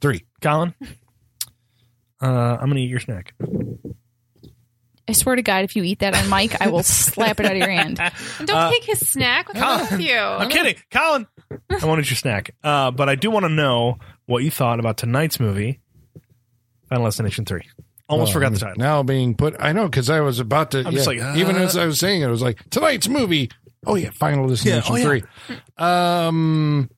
B: Three.
D: Colin, uh, I'm gonna eat your snack.
E: I swear to God, if you eat that on mic, I will slap it out of your hand.
C: And
D: uh,
C: don't take his snack. What's wrong with
D: I'm
C: you?
D: kidding, Colin. I wanted your snack, uh, but I do want to know what you thought about tonight's movie, Final Destination Three. Almost
B: Oh,
D: forgot
B: I'm
D: the title.
B: Now being put, I know because I was about to.
D: I'm just
B: yeah,
D: like, uh,
B: even as I was saying it, I was like tonight's movie. Oh yeah, Final Destination
D: oh, yeah.
B: Three. Um.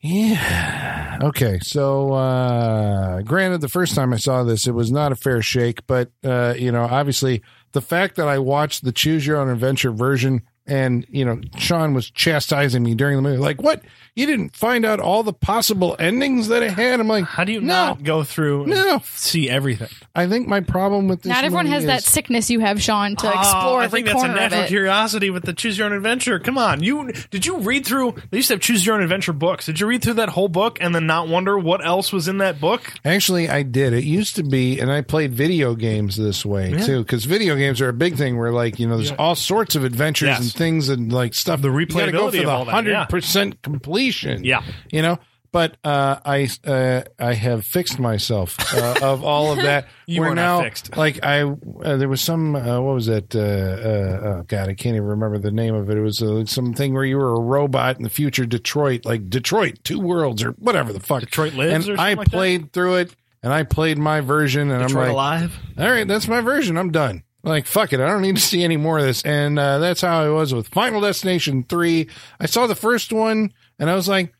B: Yeah. Okay. So, uh, granted, the first time I saw this, it was not a fair shake, but uh, you know, obviously, the fact that I watched the Choose Your Own Adventure version, and you know, Sean was chastising me during the movie, like, "What? You didn't find out all the possible endings that it had?" I'm like,
D: How do you
B: No.
D: not go through and
B: No.
D: see everything?
B: I think my problem with this.
E: Not everyone
B: movie
E: has that
B: is-
E: sickness you have, Sean, to
D: Oh,
E: explore
D: I
E: every
D: think that's a
E: corner of
D: natural
E: it.
D: curiosity with the Choose Your Own Adventure. Come on, you did you read through? They used to have Choose Your Own Adventure books. Did you read through that whole book and then not wonder what else was in that book?
B: Actually, I did. It used to be, and I played video games this way
D: Yeah.
B: too, because video games are a big thing. Where like you know, there's all sorts of adventures
D: Yes.
B: and things and like stuff.
D: The
B: You gotta go
D: replayability of
B: for
D: all
B: the
D: that,
B: hundred
D: yeah.
B: percent completion.
D: Yeah.
B: you know. But uh, I uh, I have fixed myself uh, of all of that.
D: You
B: Where
D: are
B: now,
D: not fixed.
B: Like I, uh, there was some uh, what was that? Uh, uh, oh God, I can't even remember the name of it. It was uh, something where you were a robot in the future Detroit, like Detroit, two worlds or whatever the fuck.
D: Detroit Lives
B: And
D: or something
B: I
D: like that?
B: played through it, and I played my version, and
D: Detroit
B: I'm like,
D: Alive.
B: all right, that's my version. I'm done. Like, fuck it. I don't need to see any more of this. And uh, that's how I was with Final Destination 3. I saw the first one and I was like,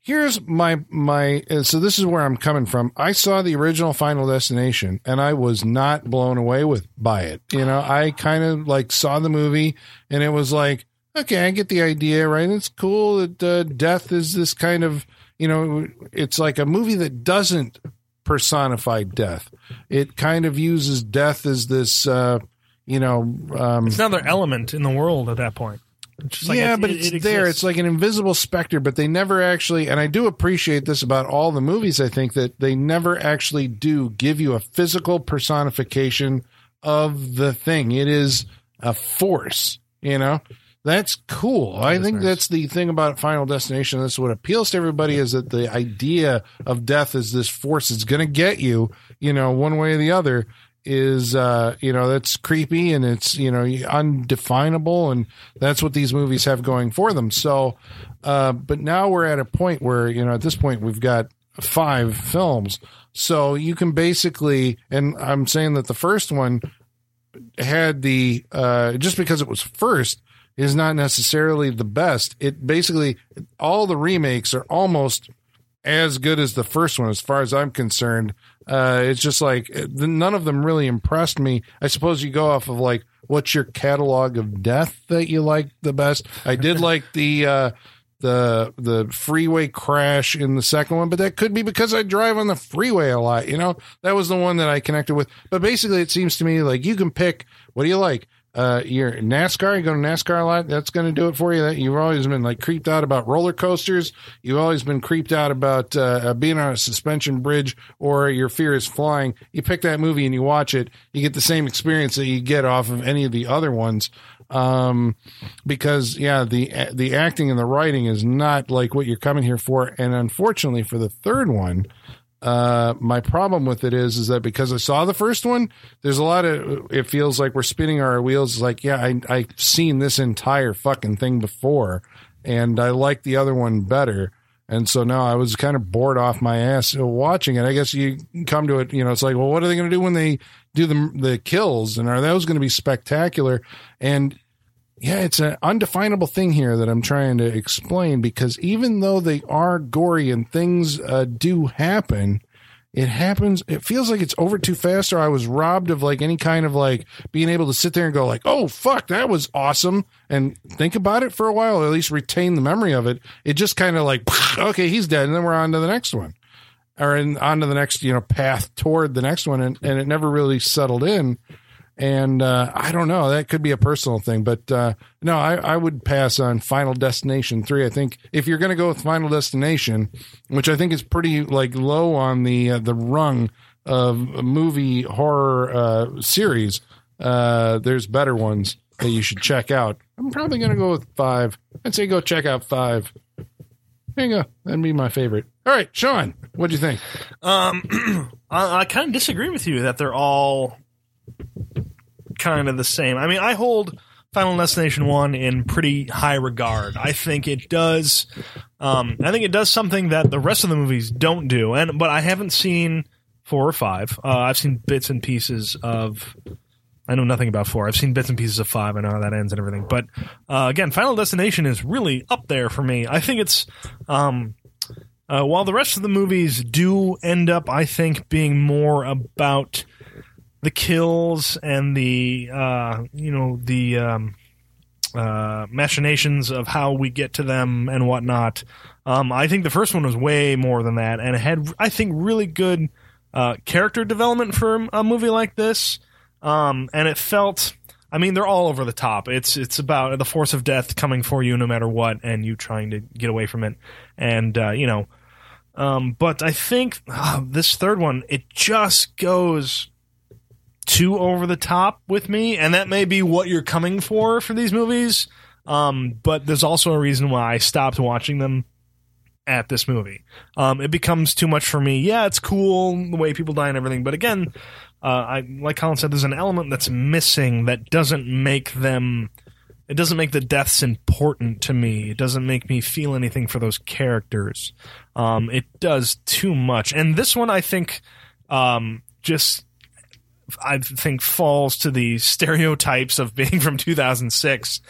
B: here's my, my, uh, so this is where I'm coming from. I saw the original Final Destination and I was not blown away with by it. You know, I kind of like saw the movie and it was like, okay, I get the idea, right? It's cool that uh, death is this kind of, you know, it's like a movie that doesn't personify death it kind of uses death as this uh you know um
D: It's another element in the world at that point. It's just like
B: yeah,
D: it-
B: but
D: it-
B: it's
D: it
B: there.
D: exists.
B: It's like an invisible specter, but they never actually. And I do appreciate this about all the movies. I think that they never actually do give you a physical personification of the thing. It is a force. You know, that's cool. I
D: is
B: think
D: nice.
B: that's the thing about Final Destination. That's what appeals to everybody is that the idea of death is this force that's going to get you. You know, one way or the other is uh you know that's creepy and it's you know undefinable and that's what these movies have going for them so uh but now we're at a point where you know at this point we've got five films so you can basically and i'm saying that the first one had the uh just because it was first is not necessarily the best it basically all the remakes are almost as good as the first one as far as i'm concerned uh it's just like uh, the- none of them really impressed me i suppose you go off of like what's your catalog of death that you like the best i did like the uh the the freeway crash in the second one, but that could be because I drive on the freeway a lot. You know, that was the one that I connected with. But basically, it seems to me like you can pick what do you like. Uh, you're NASCAR. You go to NASCAR a lot. That's going to do it for you. That you've always been like creeped out about roller coasters. You've always been creeped out about uh, uh, being on a suspension bridge or your fear is flying. You pick that movie and you watch it. You get the same experience that you get off of any of the other ones. Um, because yeah the the acting and the writing is not like what you're coming here for and unfortunately for the third one Uh, my problem with it is, is that because I saw the first one, there's a lot of. It feels like we're spinning our wheels. It's like, yeah, I I've seen this entire fucking thing before, and I like the other one better. And so now I was kind of bored off my ass watching it. I guess you come to it, you know, it's like, well, what are they going to do when they do the the kills, and are those going to be spectacular? And yeah, it's an undefinable thing here that I'm trying to explain because even though they are gory and things uh, do happen, it happens. It feels like it's over too fast, or I was robbed of like any kind of like being able to sit there and go like, "Oh fuck, that was awesome," and think about it for a while, or at least retain the memory of it. It just kind of like, okay, he's dead, and then we're on to the next one, or in, on to the next you know path toward the next one, and, and it never really settled in and uh, I don't know. That could be a personal thing, but uh, no, I, I would pass on Final Destination three. I think if you're going to go with Final Destination, which I think is pretty like low on the uh, the rung of movie horror uh, series, uh, there's better ones that you should check out. I'm probably going to go with five. I'd say go check out five. There you go. That'd be my favorite. All right, Sean, what do you think?
D: Um, I, I kind of disagree with you that they're all kind of the same. I mean, I hold Final Destination One in pretty high regard. I think it does. Um, I think it does something that the rest of the movies don't do. And but I haven't seen four or five. Uh, I've seen bits and pieces of. I know nothing about four. I've seen bits and pieces of five. I know how that ends and everything. But uh, again, Final Destination is really up there for me. I think it's. Um, uh, while the rest of the movies do end up, I think, being more about the kills and the uh, you know the um, uh, machinations of how we get to them and whatnot. Um, I think the first one was way more than that, and it had I think really good uh, character development for a movie like this. Um, and it felt I mean they're all over the top. It's it's about the force of death coming for you no matter what, and you trying to get away from it, and uh, you know. Um, but I think ah, this third one it just goes too over the top with me, and that may be what you're coming for for these movies. Um, but there's also a reason why I stopped watching them at this movie. Um, it becomes too much for me. Yeah, it's cool the way people die and everything, but again, uh, I like Colin said, there's an element that's missing that doesn't make them. It doesn't make the deaths important to me. It doesn't make me feel anything for those characters. Um, it does too much, and this one I think um, just I think falls to the stereotypes of being from 2006,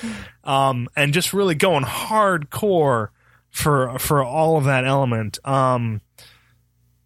D: um, and just really going hardcore for for all of that element. Um,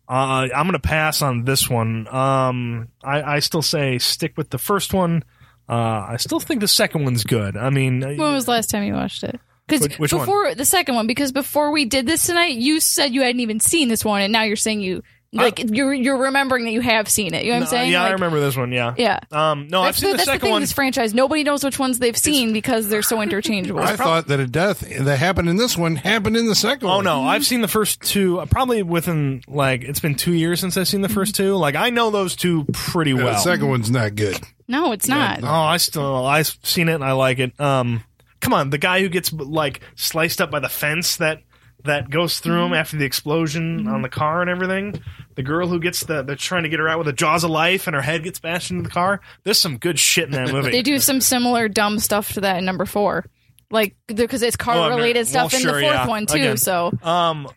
D: uh, I'm gonna pass on this one. Um, I, I still say stick with the first one. Uh, I still think the second one's good. I mean,
E: When was the last time you watched it? Because
D: Which- which one?
E: before the second one, because before we did this tonight, you said you hadn't even seen this one, and now you're saying you like you're you're remembering that you have seen it. You know what I'm
D: no,
E: saying?
D: uh, yeah, I
E: Like,
D: remember this one. Yeah,
E: Yeah.
D: Um, no, I've
E: That's,
D: seen
E: the,
D: the
E: that's the
D: second
E: thing.
D: one.
E: This franchise, nobody knows which ones they've seen because they're so interchangeable.
B: I thought that a death that happened in this one happened in the second
D: Oh
B: one.
D: no, I've seen the first two uh, probably within like it's been two years since I've seen the first two. Like I know those two pretty
B: Yeah,
D: well.
B: the second one's not good.
E: no, it's not.
D: oh, I still I've seen it and I like it. Um, come on, the guy who gets like sliced up by the fence that that goes through him after the explosion on the car and everything. The girl who gets the they're trying to get her out with the jaws of life and her head gets bashed into the car. There's some good shit in that movie.
E: They do some similar dumb stuff to that in number four, like because it's
D: Oh,
E: car
D: I've never-
E: related
D: well,
E: stuff in
D: sure,
E: the fourth
D: yeah.
E: one too.
D: Again.
E: So
D: Um,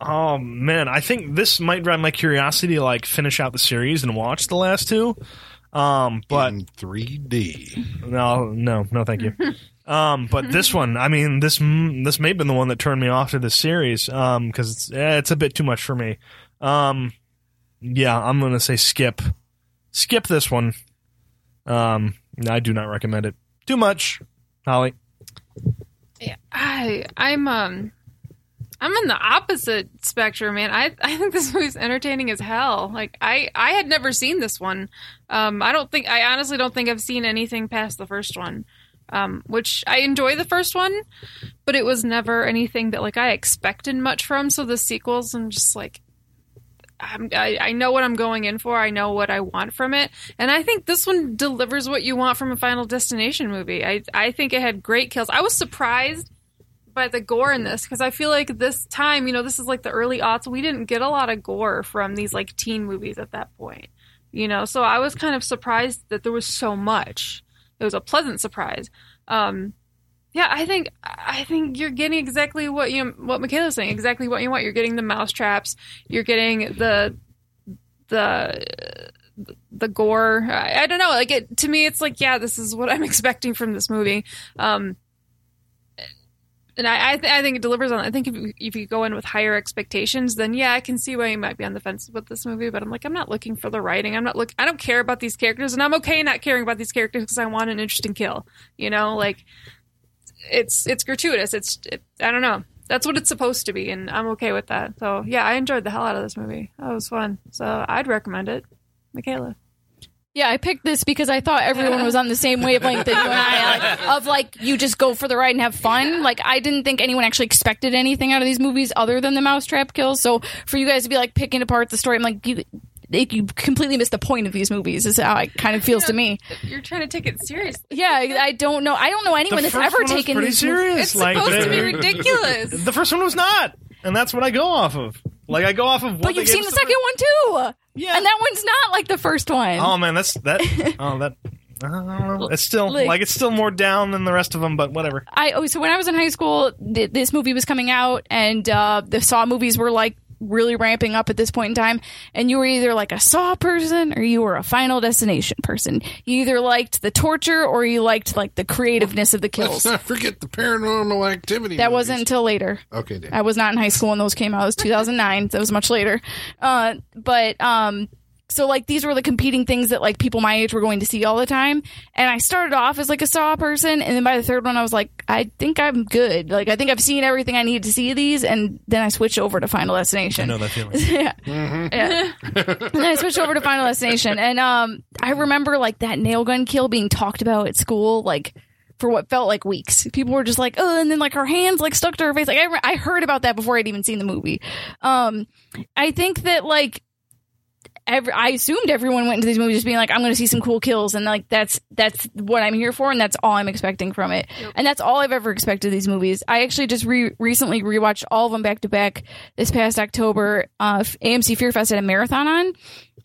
D: oh man, I think this might drive my curiosity to like finish out the series and watch the last two. Um, but
B: in 3D.
D: no, no, no, thank you. Um, but this one, I mean, this m- this may have been the one that turned me off to this series. Um, because it's eh, it's a bit too much for me. Um, yeah, I'm gonna say skip, skip this one. Um, I do not recommend it. Too much, Holly.
C: I I'm um I'm in the opposite spectrum, man. I I think this movie's entertaining as hell. Like I I had never seen this one. Um I don't think I honestly don't think I've seen anything past the first one. Um which I enjoy the first one, but it was never anything that like I expected much from, so the sequels I'm just like I'm, I, I know what I'm going in for. I know what I want from it, and I think this one delivers what you want from a Final Destination movie. I I think it had great kills. I was surprised by the gore in this because I feel like this time, you know, this is like the early aughts. We didn't get a lot of gore from these like teen movies at that point, you know. So I was kind of surprised that there was so much. It was a pleasant surprise. Um, yeah, I think I think you're getting exactly what you what Michaela's saying. Exactly what you want. You're getting the mouse traps. You're getting the the the gore. I, I don't know. Like it to me, it's like yeah, this is what I'm expecting from this movie. Um, and I I, th- I think it delivers on. I think if, you- if you go in with higher expectations, then yeah, I can see why you might be on the fence with this movie. But I'm like, I'm not looking for the writing. I'm not look. I don't care about these characters, and I'm okay not caring about these characters because I want an interesting kill. You know, like it's it's gratuitous. It's it, I don't know. That's what it's supposed to be, and I'm okay with that. So yeah, I enjoyed the hell out of this movie. That was fun. So I'd recommend it, Michaela.
E: Yeah, I picked this because I thought everyone was on the same wavelength that you and I like, of like you just go for the ride and have fun. Like I didn't think anyone actually expected anything out of these movies other than the mousetrap kills. So for you guys to be like picking apart the story, I'm like you, they, you completely missed the point of these movies. Is how it kind of feels to me.
C: You're trying to take it seriously.
E: Yeah, I I don't know. I don't know anyone that's ever
D: was
E: taken
D: pretty
E: these movies.
D: serious.
C: It's
D: like
C: supposed
D: the,
C: to be ridiculous.
D: the first one was not, and that's what I go off of. Like I go off of. What
E: But
D: they
E: you've
D: gave
E: seen the
D: us
E: second one too.
D: Yeah.
E: and that one's not like the first one.
D: Oh man, that's that. Oh that. I don't know. It's still
E: Like-
D: like it's still more down than the rest of them, but whatever.
E: I oh, so when I was in high school, th- this movie was coming out, and uh, the Saw movies were like really ramping up at this point in time. And you were either like a Saw person or you were a Final Destination person. You either liked the torture or you liked like the creativeness of the
B: Let's
E: kills.
B: not forget the paranormal activity.
E: That
B: movies.
E: wasn't until later.
B: Okay, Dan.
E: I was not in high school when those came out. It was 2009. that was much later. Uh, but um, so like these were the competing things that like people my age were going to see all the time. And I started off as like a saw person, and then by the third one, I was like, I think I'm good. Like I think I've seen everything I need to see of these. And then I switched over to Final Destination.
D: that feeling.
E: yeah. Yeah. and then I switched over to Final Destination. And um, I remember like that nail gun kill being talked about at school, like for what felt like weeks. People were just like, oh, and then like her hands like stuck to her face. Like I, re- I heard about that before I'd even seen the movie. Um, I think that like every, I assumed everyone went into these movies just being like, I'm going to see some cool kills, and like that's that's what I'm here for, and that's all I'm expecting from it, and that's all I've ever expected of these movies. I actually just re- recently rewatched all of them back to back this past October. Uh, F- AMC Fear Fest had a marathon on,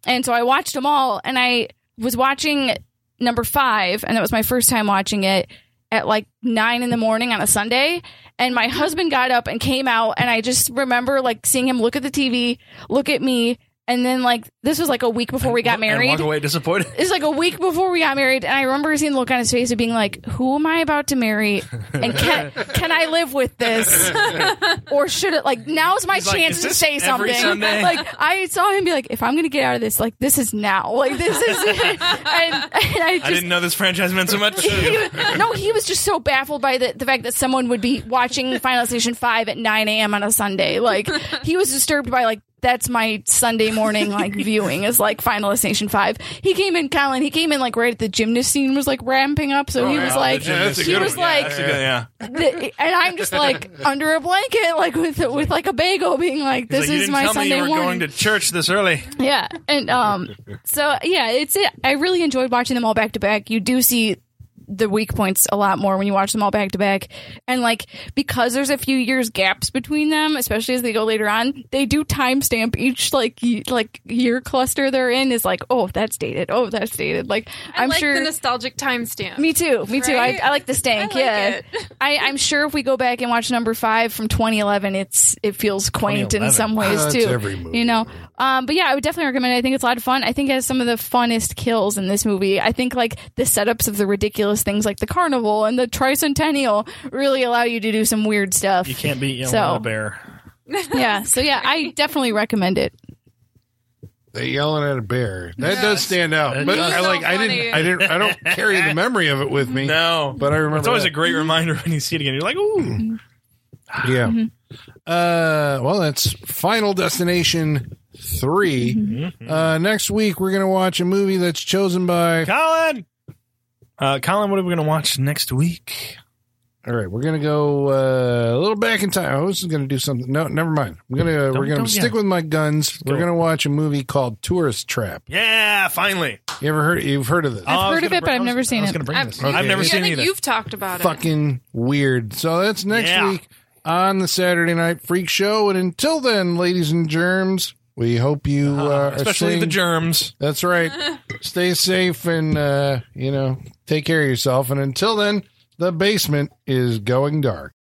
E: and so I watched them all, and I was watching number five, and that was my first time watching it at like nine in the morning on a Sunday. And my husband got up and came out, and I just remember like seeing him look at the TV, look at me, and then like this was like a week before we got married.
D: walk away disappointed.
E: It's like a week before we got married, and I remember seeing the look on his face of being like, "Who am I about to marry? And can can I live with this, or should it like now's my
D: He's like,
E: chance
D: "Is
E: to
D: this
E: say something?"
D: every Sunday?
E: Like I saw him be like, "If I'm gonna get out of this, like this is now. Like this is." and, and I
D: I
E: just
D: didn't know this franchise meant so much.
E: he was- no, he was just so baffled by the, the fact that someone would be watching Final Station Five at nine a.m. on a Sunday. Like he was disturbed by like that's my Sunday morning like viewing is like Final Destination Five. He came in, Colin. He came in like right at the gymnast scene was like ramping up, so he was
D: Oh,
E: like,
D: the gymnast.
E: he was like,
D: That's a good- yeah.
E: the- and I'm just like under a blanket, like with with like a bagel, being like, this
D: He's like, you
E: is
D: didn't
E: my
D: tell me
E: Sunday
D: you were
E: morning.
D: going to church this early.
E: Yeah, and um, so yeah, it's it. I really enjoyed watching them all back to back. You do see the weak points a lot more when you watch them all back to back, and like because there's a few years gaps between them, especially as they go later on, they do timestamp each like y- like year cluster they're in is like oh that's dated, oh that's dated. Like
C: I
E: am
C: like
E: sure
C: the nostalgic timestamp.
E: me too. Me too. I,
C: Right?
E: I like the stank.
C: I like
E: yeah.
C: it.
E: I, I'm sure if we go back and watch number five from 2011, it's it feels quaint in
D: 2011.
E: some ways
D: Ah,
B: That's
E: too.
B: every movie.
E: You know. Um, but yeah, I would definitely recommend. it. I think it's a lot of fun. I think it has some of the funnest kills in this movie. I think like the setups of the ridiculous things like the carnival and the tricentennial really allow you to do some weird stuff.
D: You can't beat Yellow
E: So-
D: Bear.
E: Yeah. So yeah, I definitely recommend it.
B: They yelling at a bear. That
C: Yeah,
B: does
C: that's-
B: stand out.
D: that
B: But
D: does.
B: I like. I
C: So
B: didn't.
C: funny.
B: I didn't. I don't carry the memory of it with me.
D: No,
B: But I remember.
D: it's always
B: that.
D: a great reminder when you see it again. You're like, ooh,
B: Hmm. Yeah.
E: Mm-hmm.
B: Uh, well, that's Final Destination 3.
E: Mm-hmm.
D: Mm-hmm.
B: Uh, next week, we're going to watch a movie that's chosen by.
D: Colin. Uh, Colin, what are we going to watch next week?
B: All right, we're going to go uh, a little back in time. I was going to do something. No, never mind. I'm going to. We're
D: Don't-
B: going to
D: don't-
B: stick
D: yeah.
B: with my guns. We're
D: Go.
B: going to watch a movie called Tourist Trap.
D: Yeah, finally.
B: You ever heard? You've heard of this?
E: I've
D: Oh, I was
E: heard of
D: gonna
E: it, but
D: bring-
E: I've
D: I was-
E: never seen
D: I was
E: it.
D: gonna bring
C: I've-
D: this.
B: Okay.
D: I've never
C: Yeah,
D: seen
C: I
D: it
C: think
D: either.
C: you've talked about it.
B: Fucking weird. So that's next
D: Yeah.
B: week. on the Saturday Night Freak Show. And until then, ladies and germs, we hope you uh, are
D: Uh-huh. especially
B: staying-
D: the germs.
B: That's right. Stay safe and, uh, you know, take care of yourself. And until then, the basement is going dark.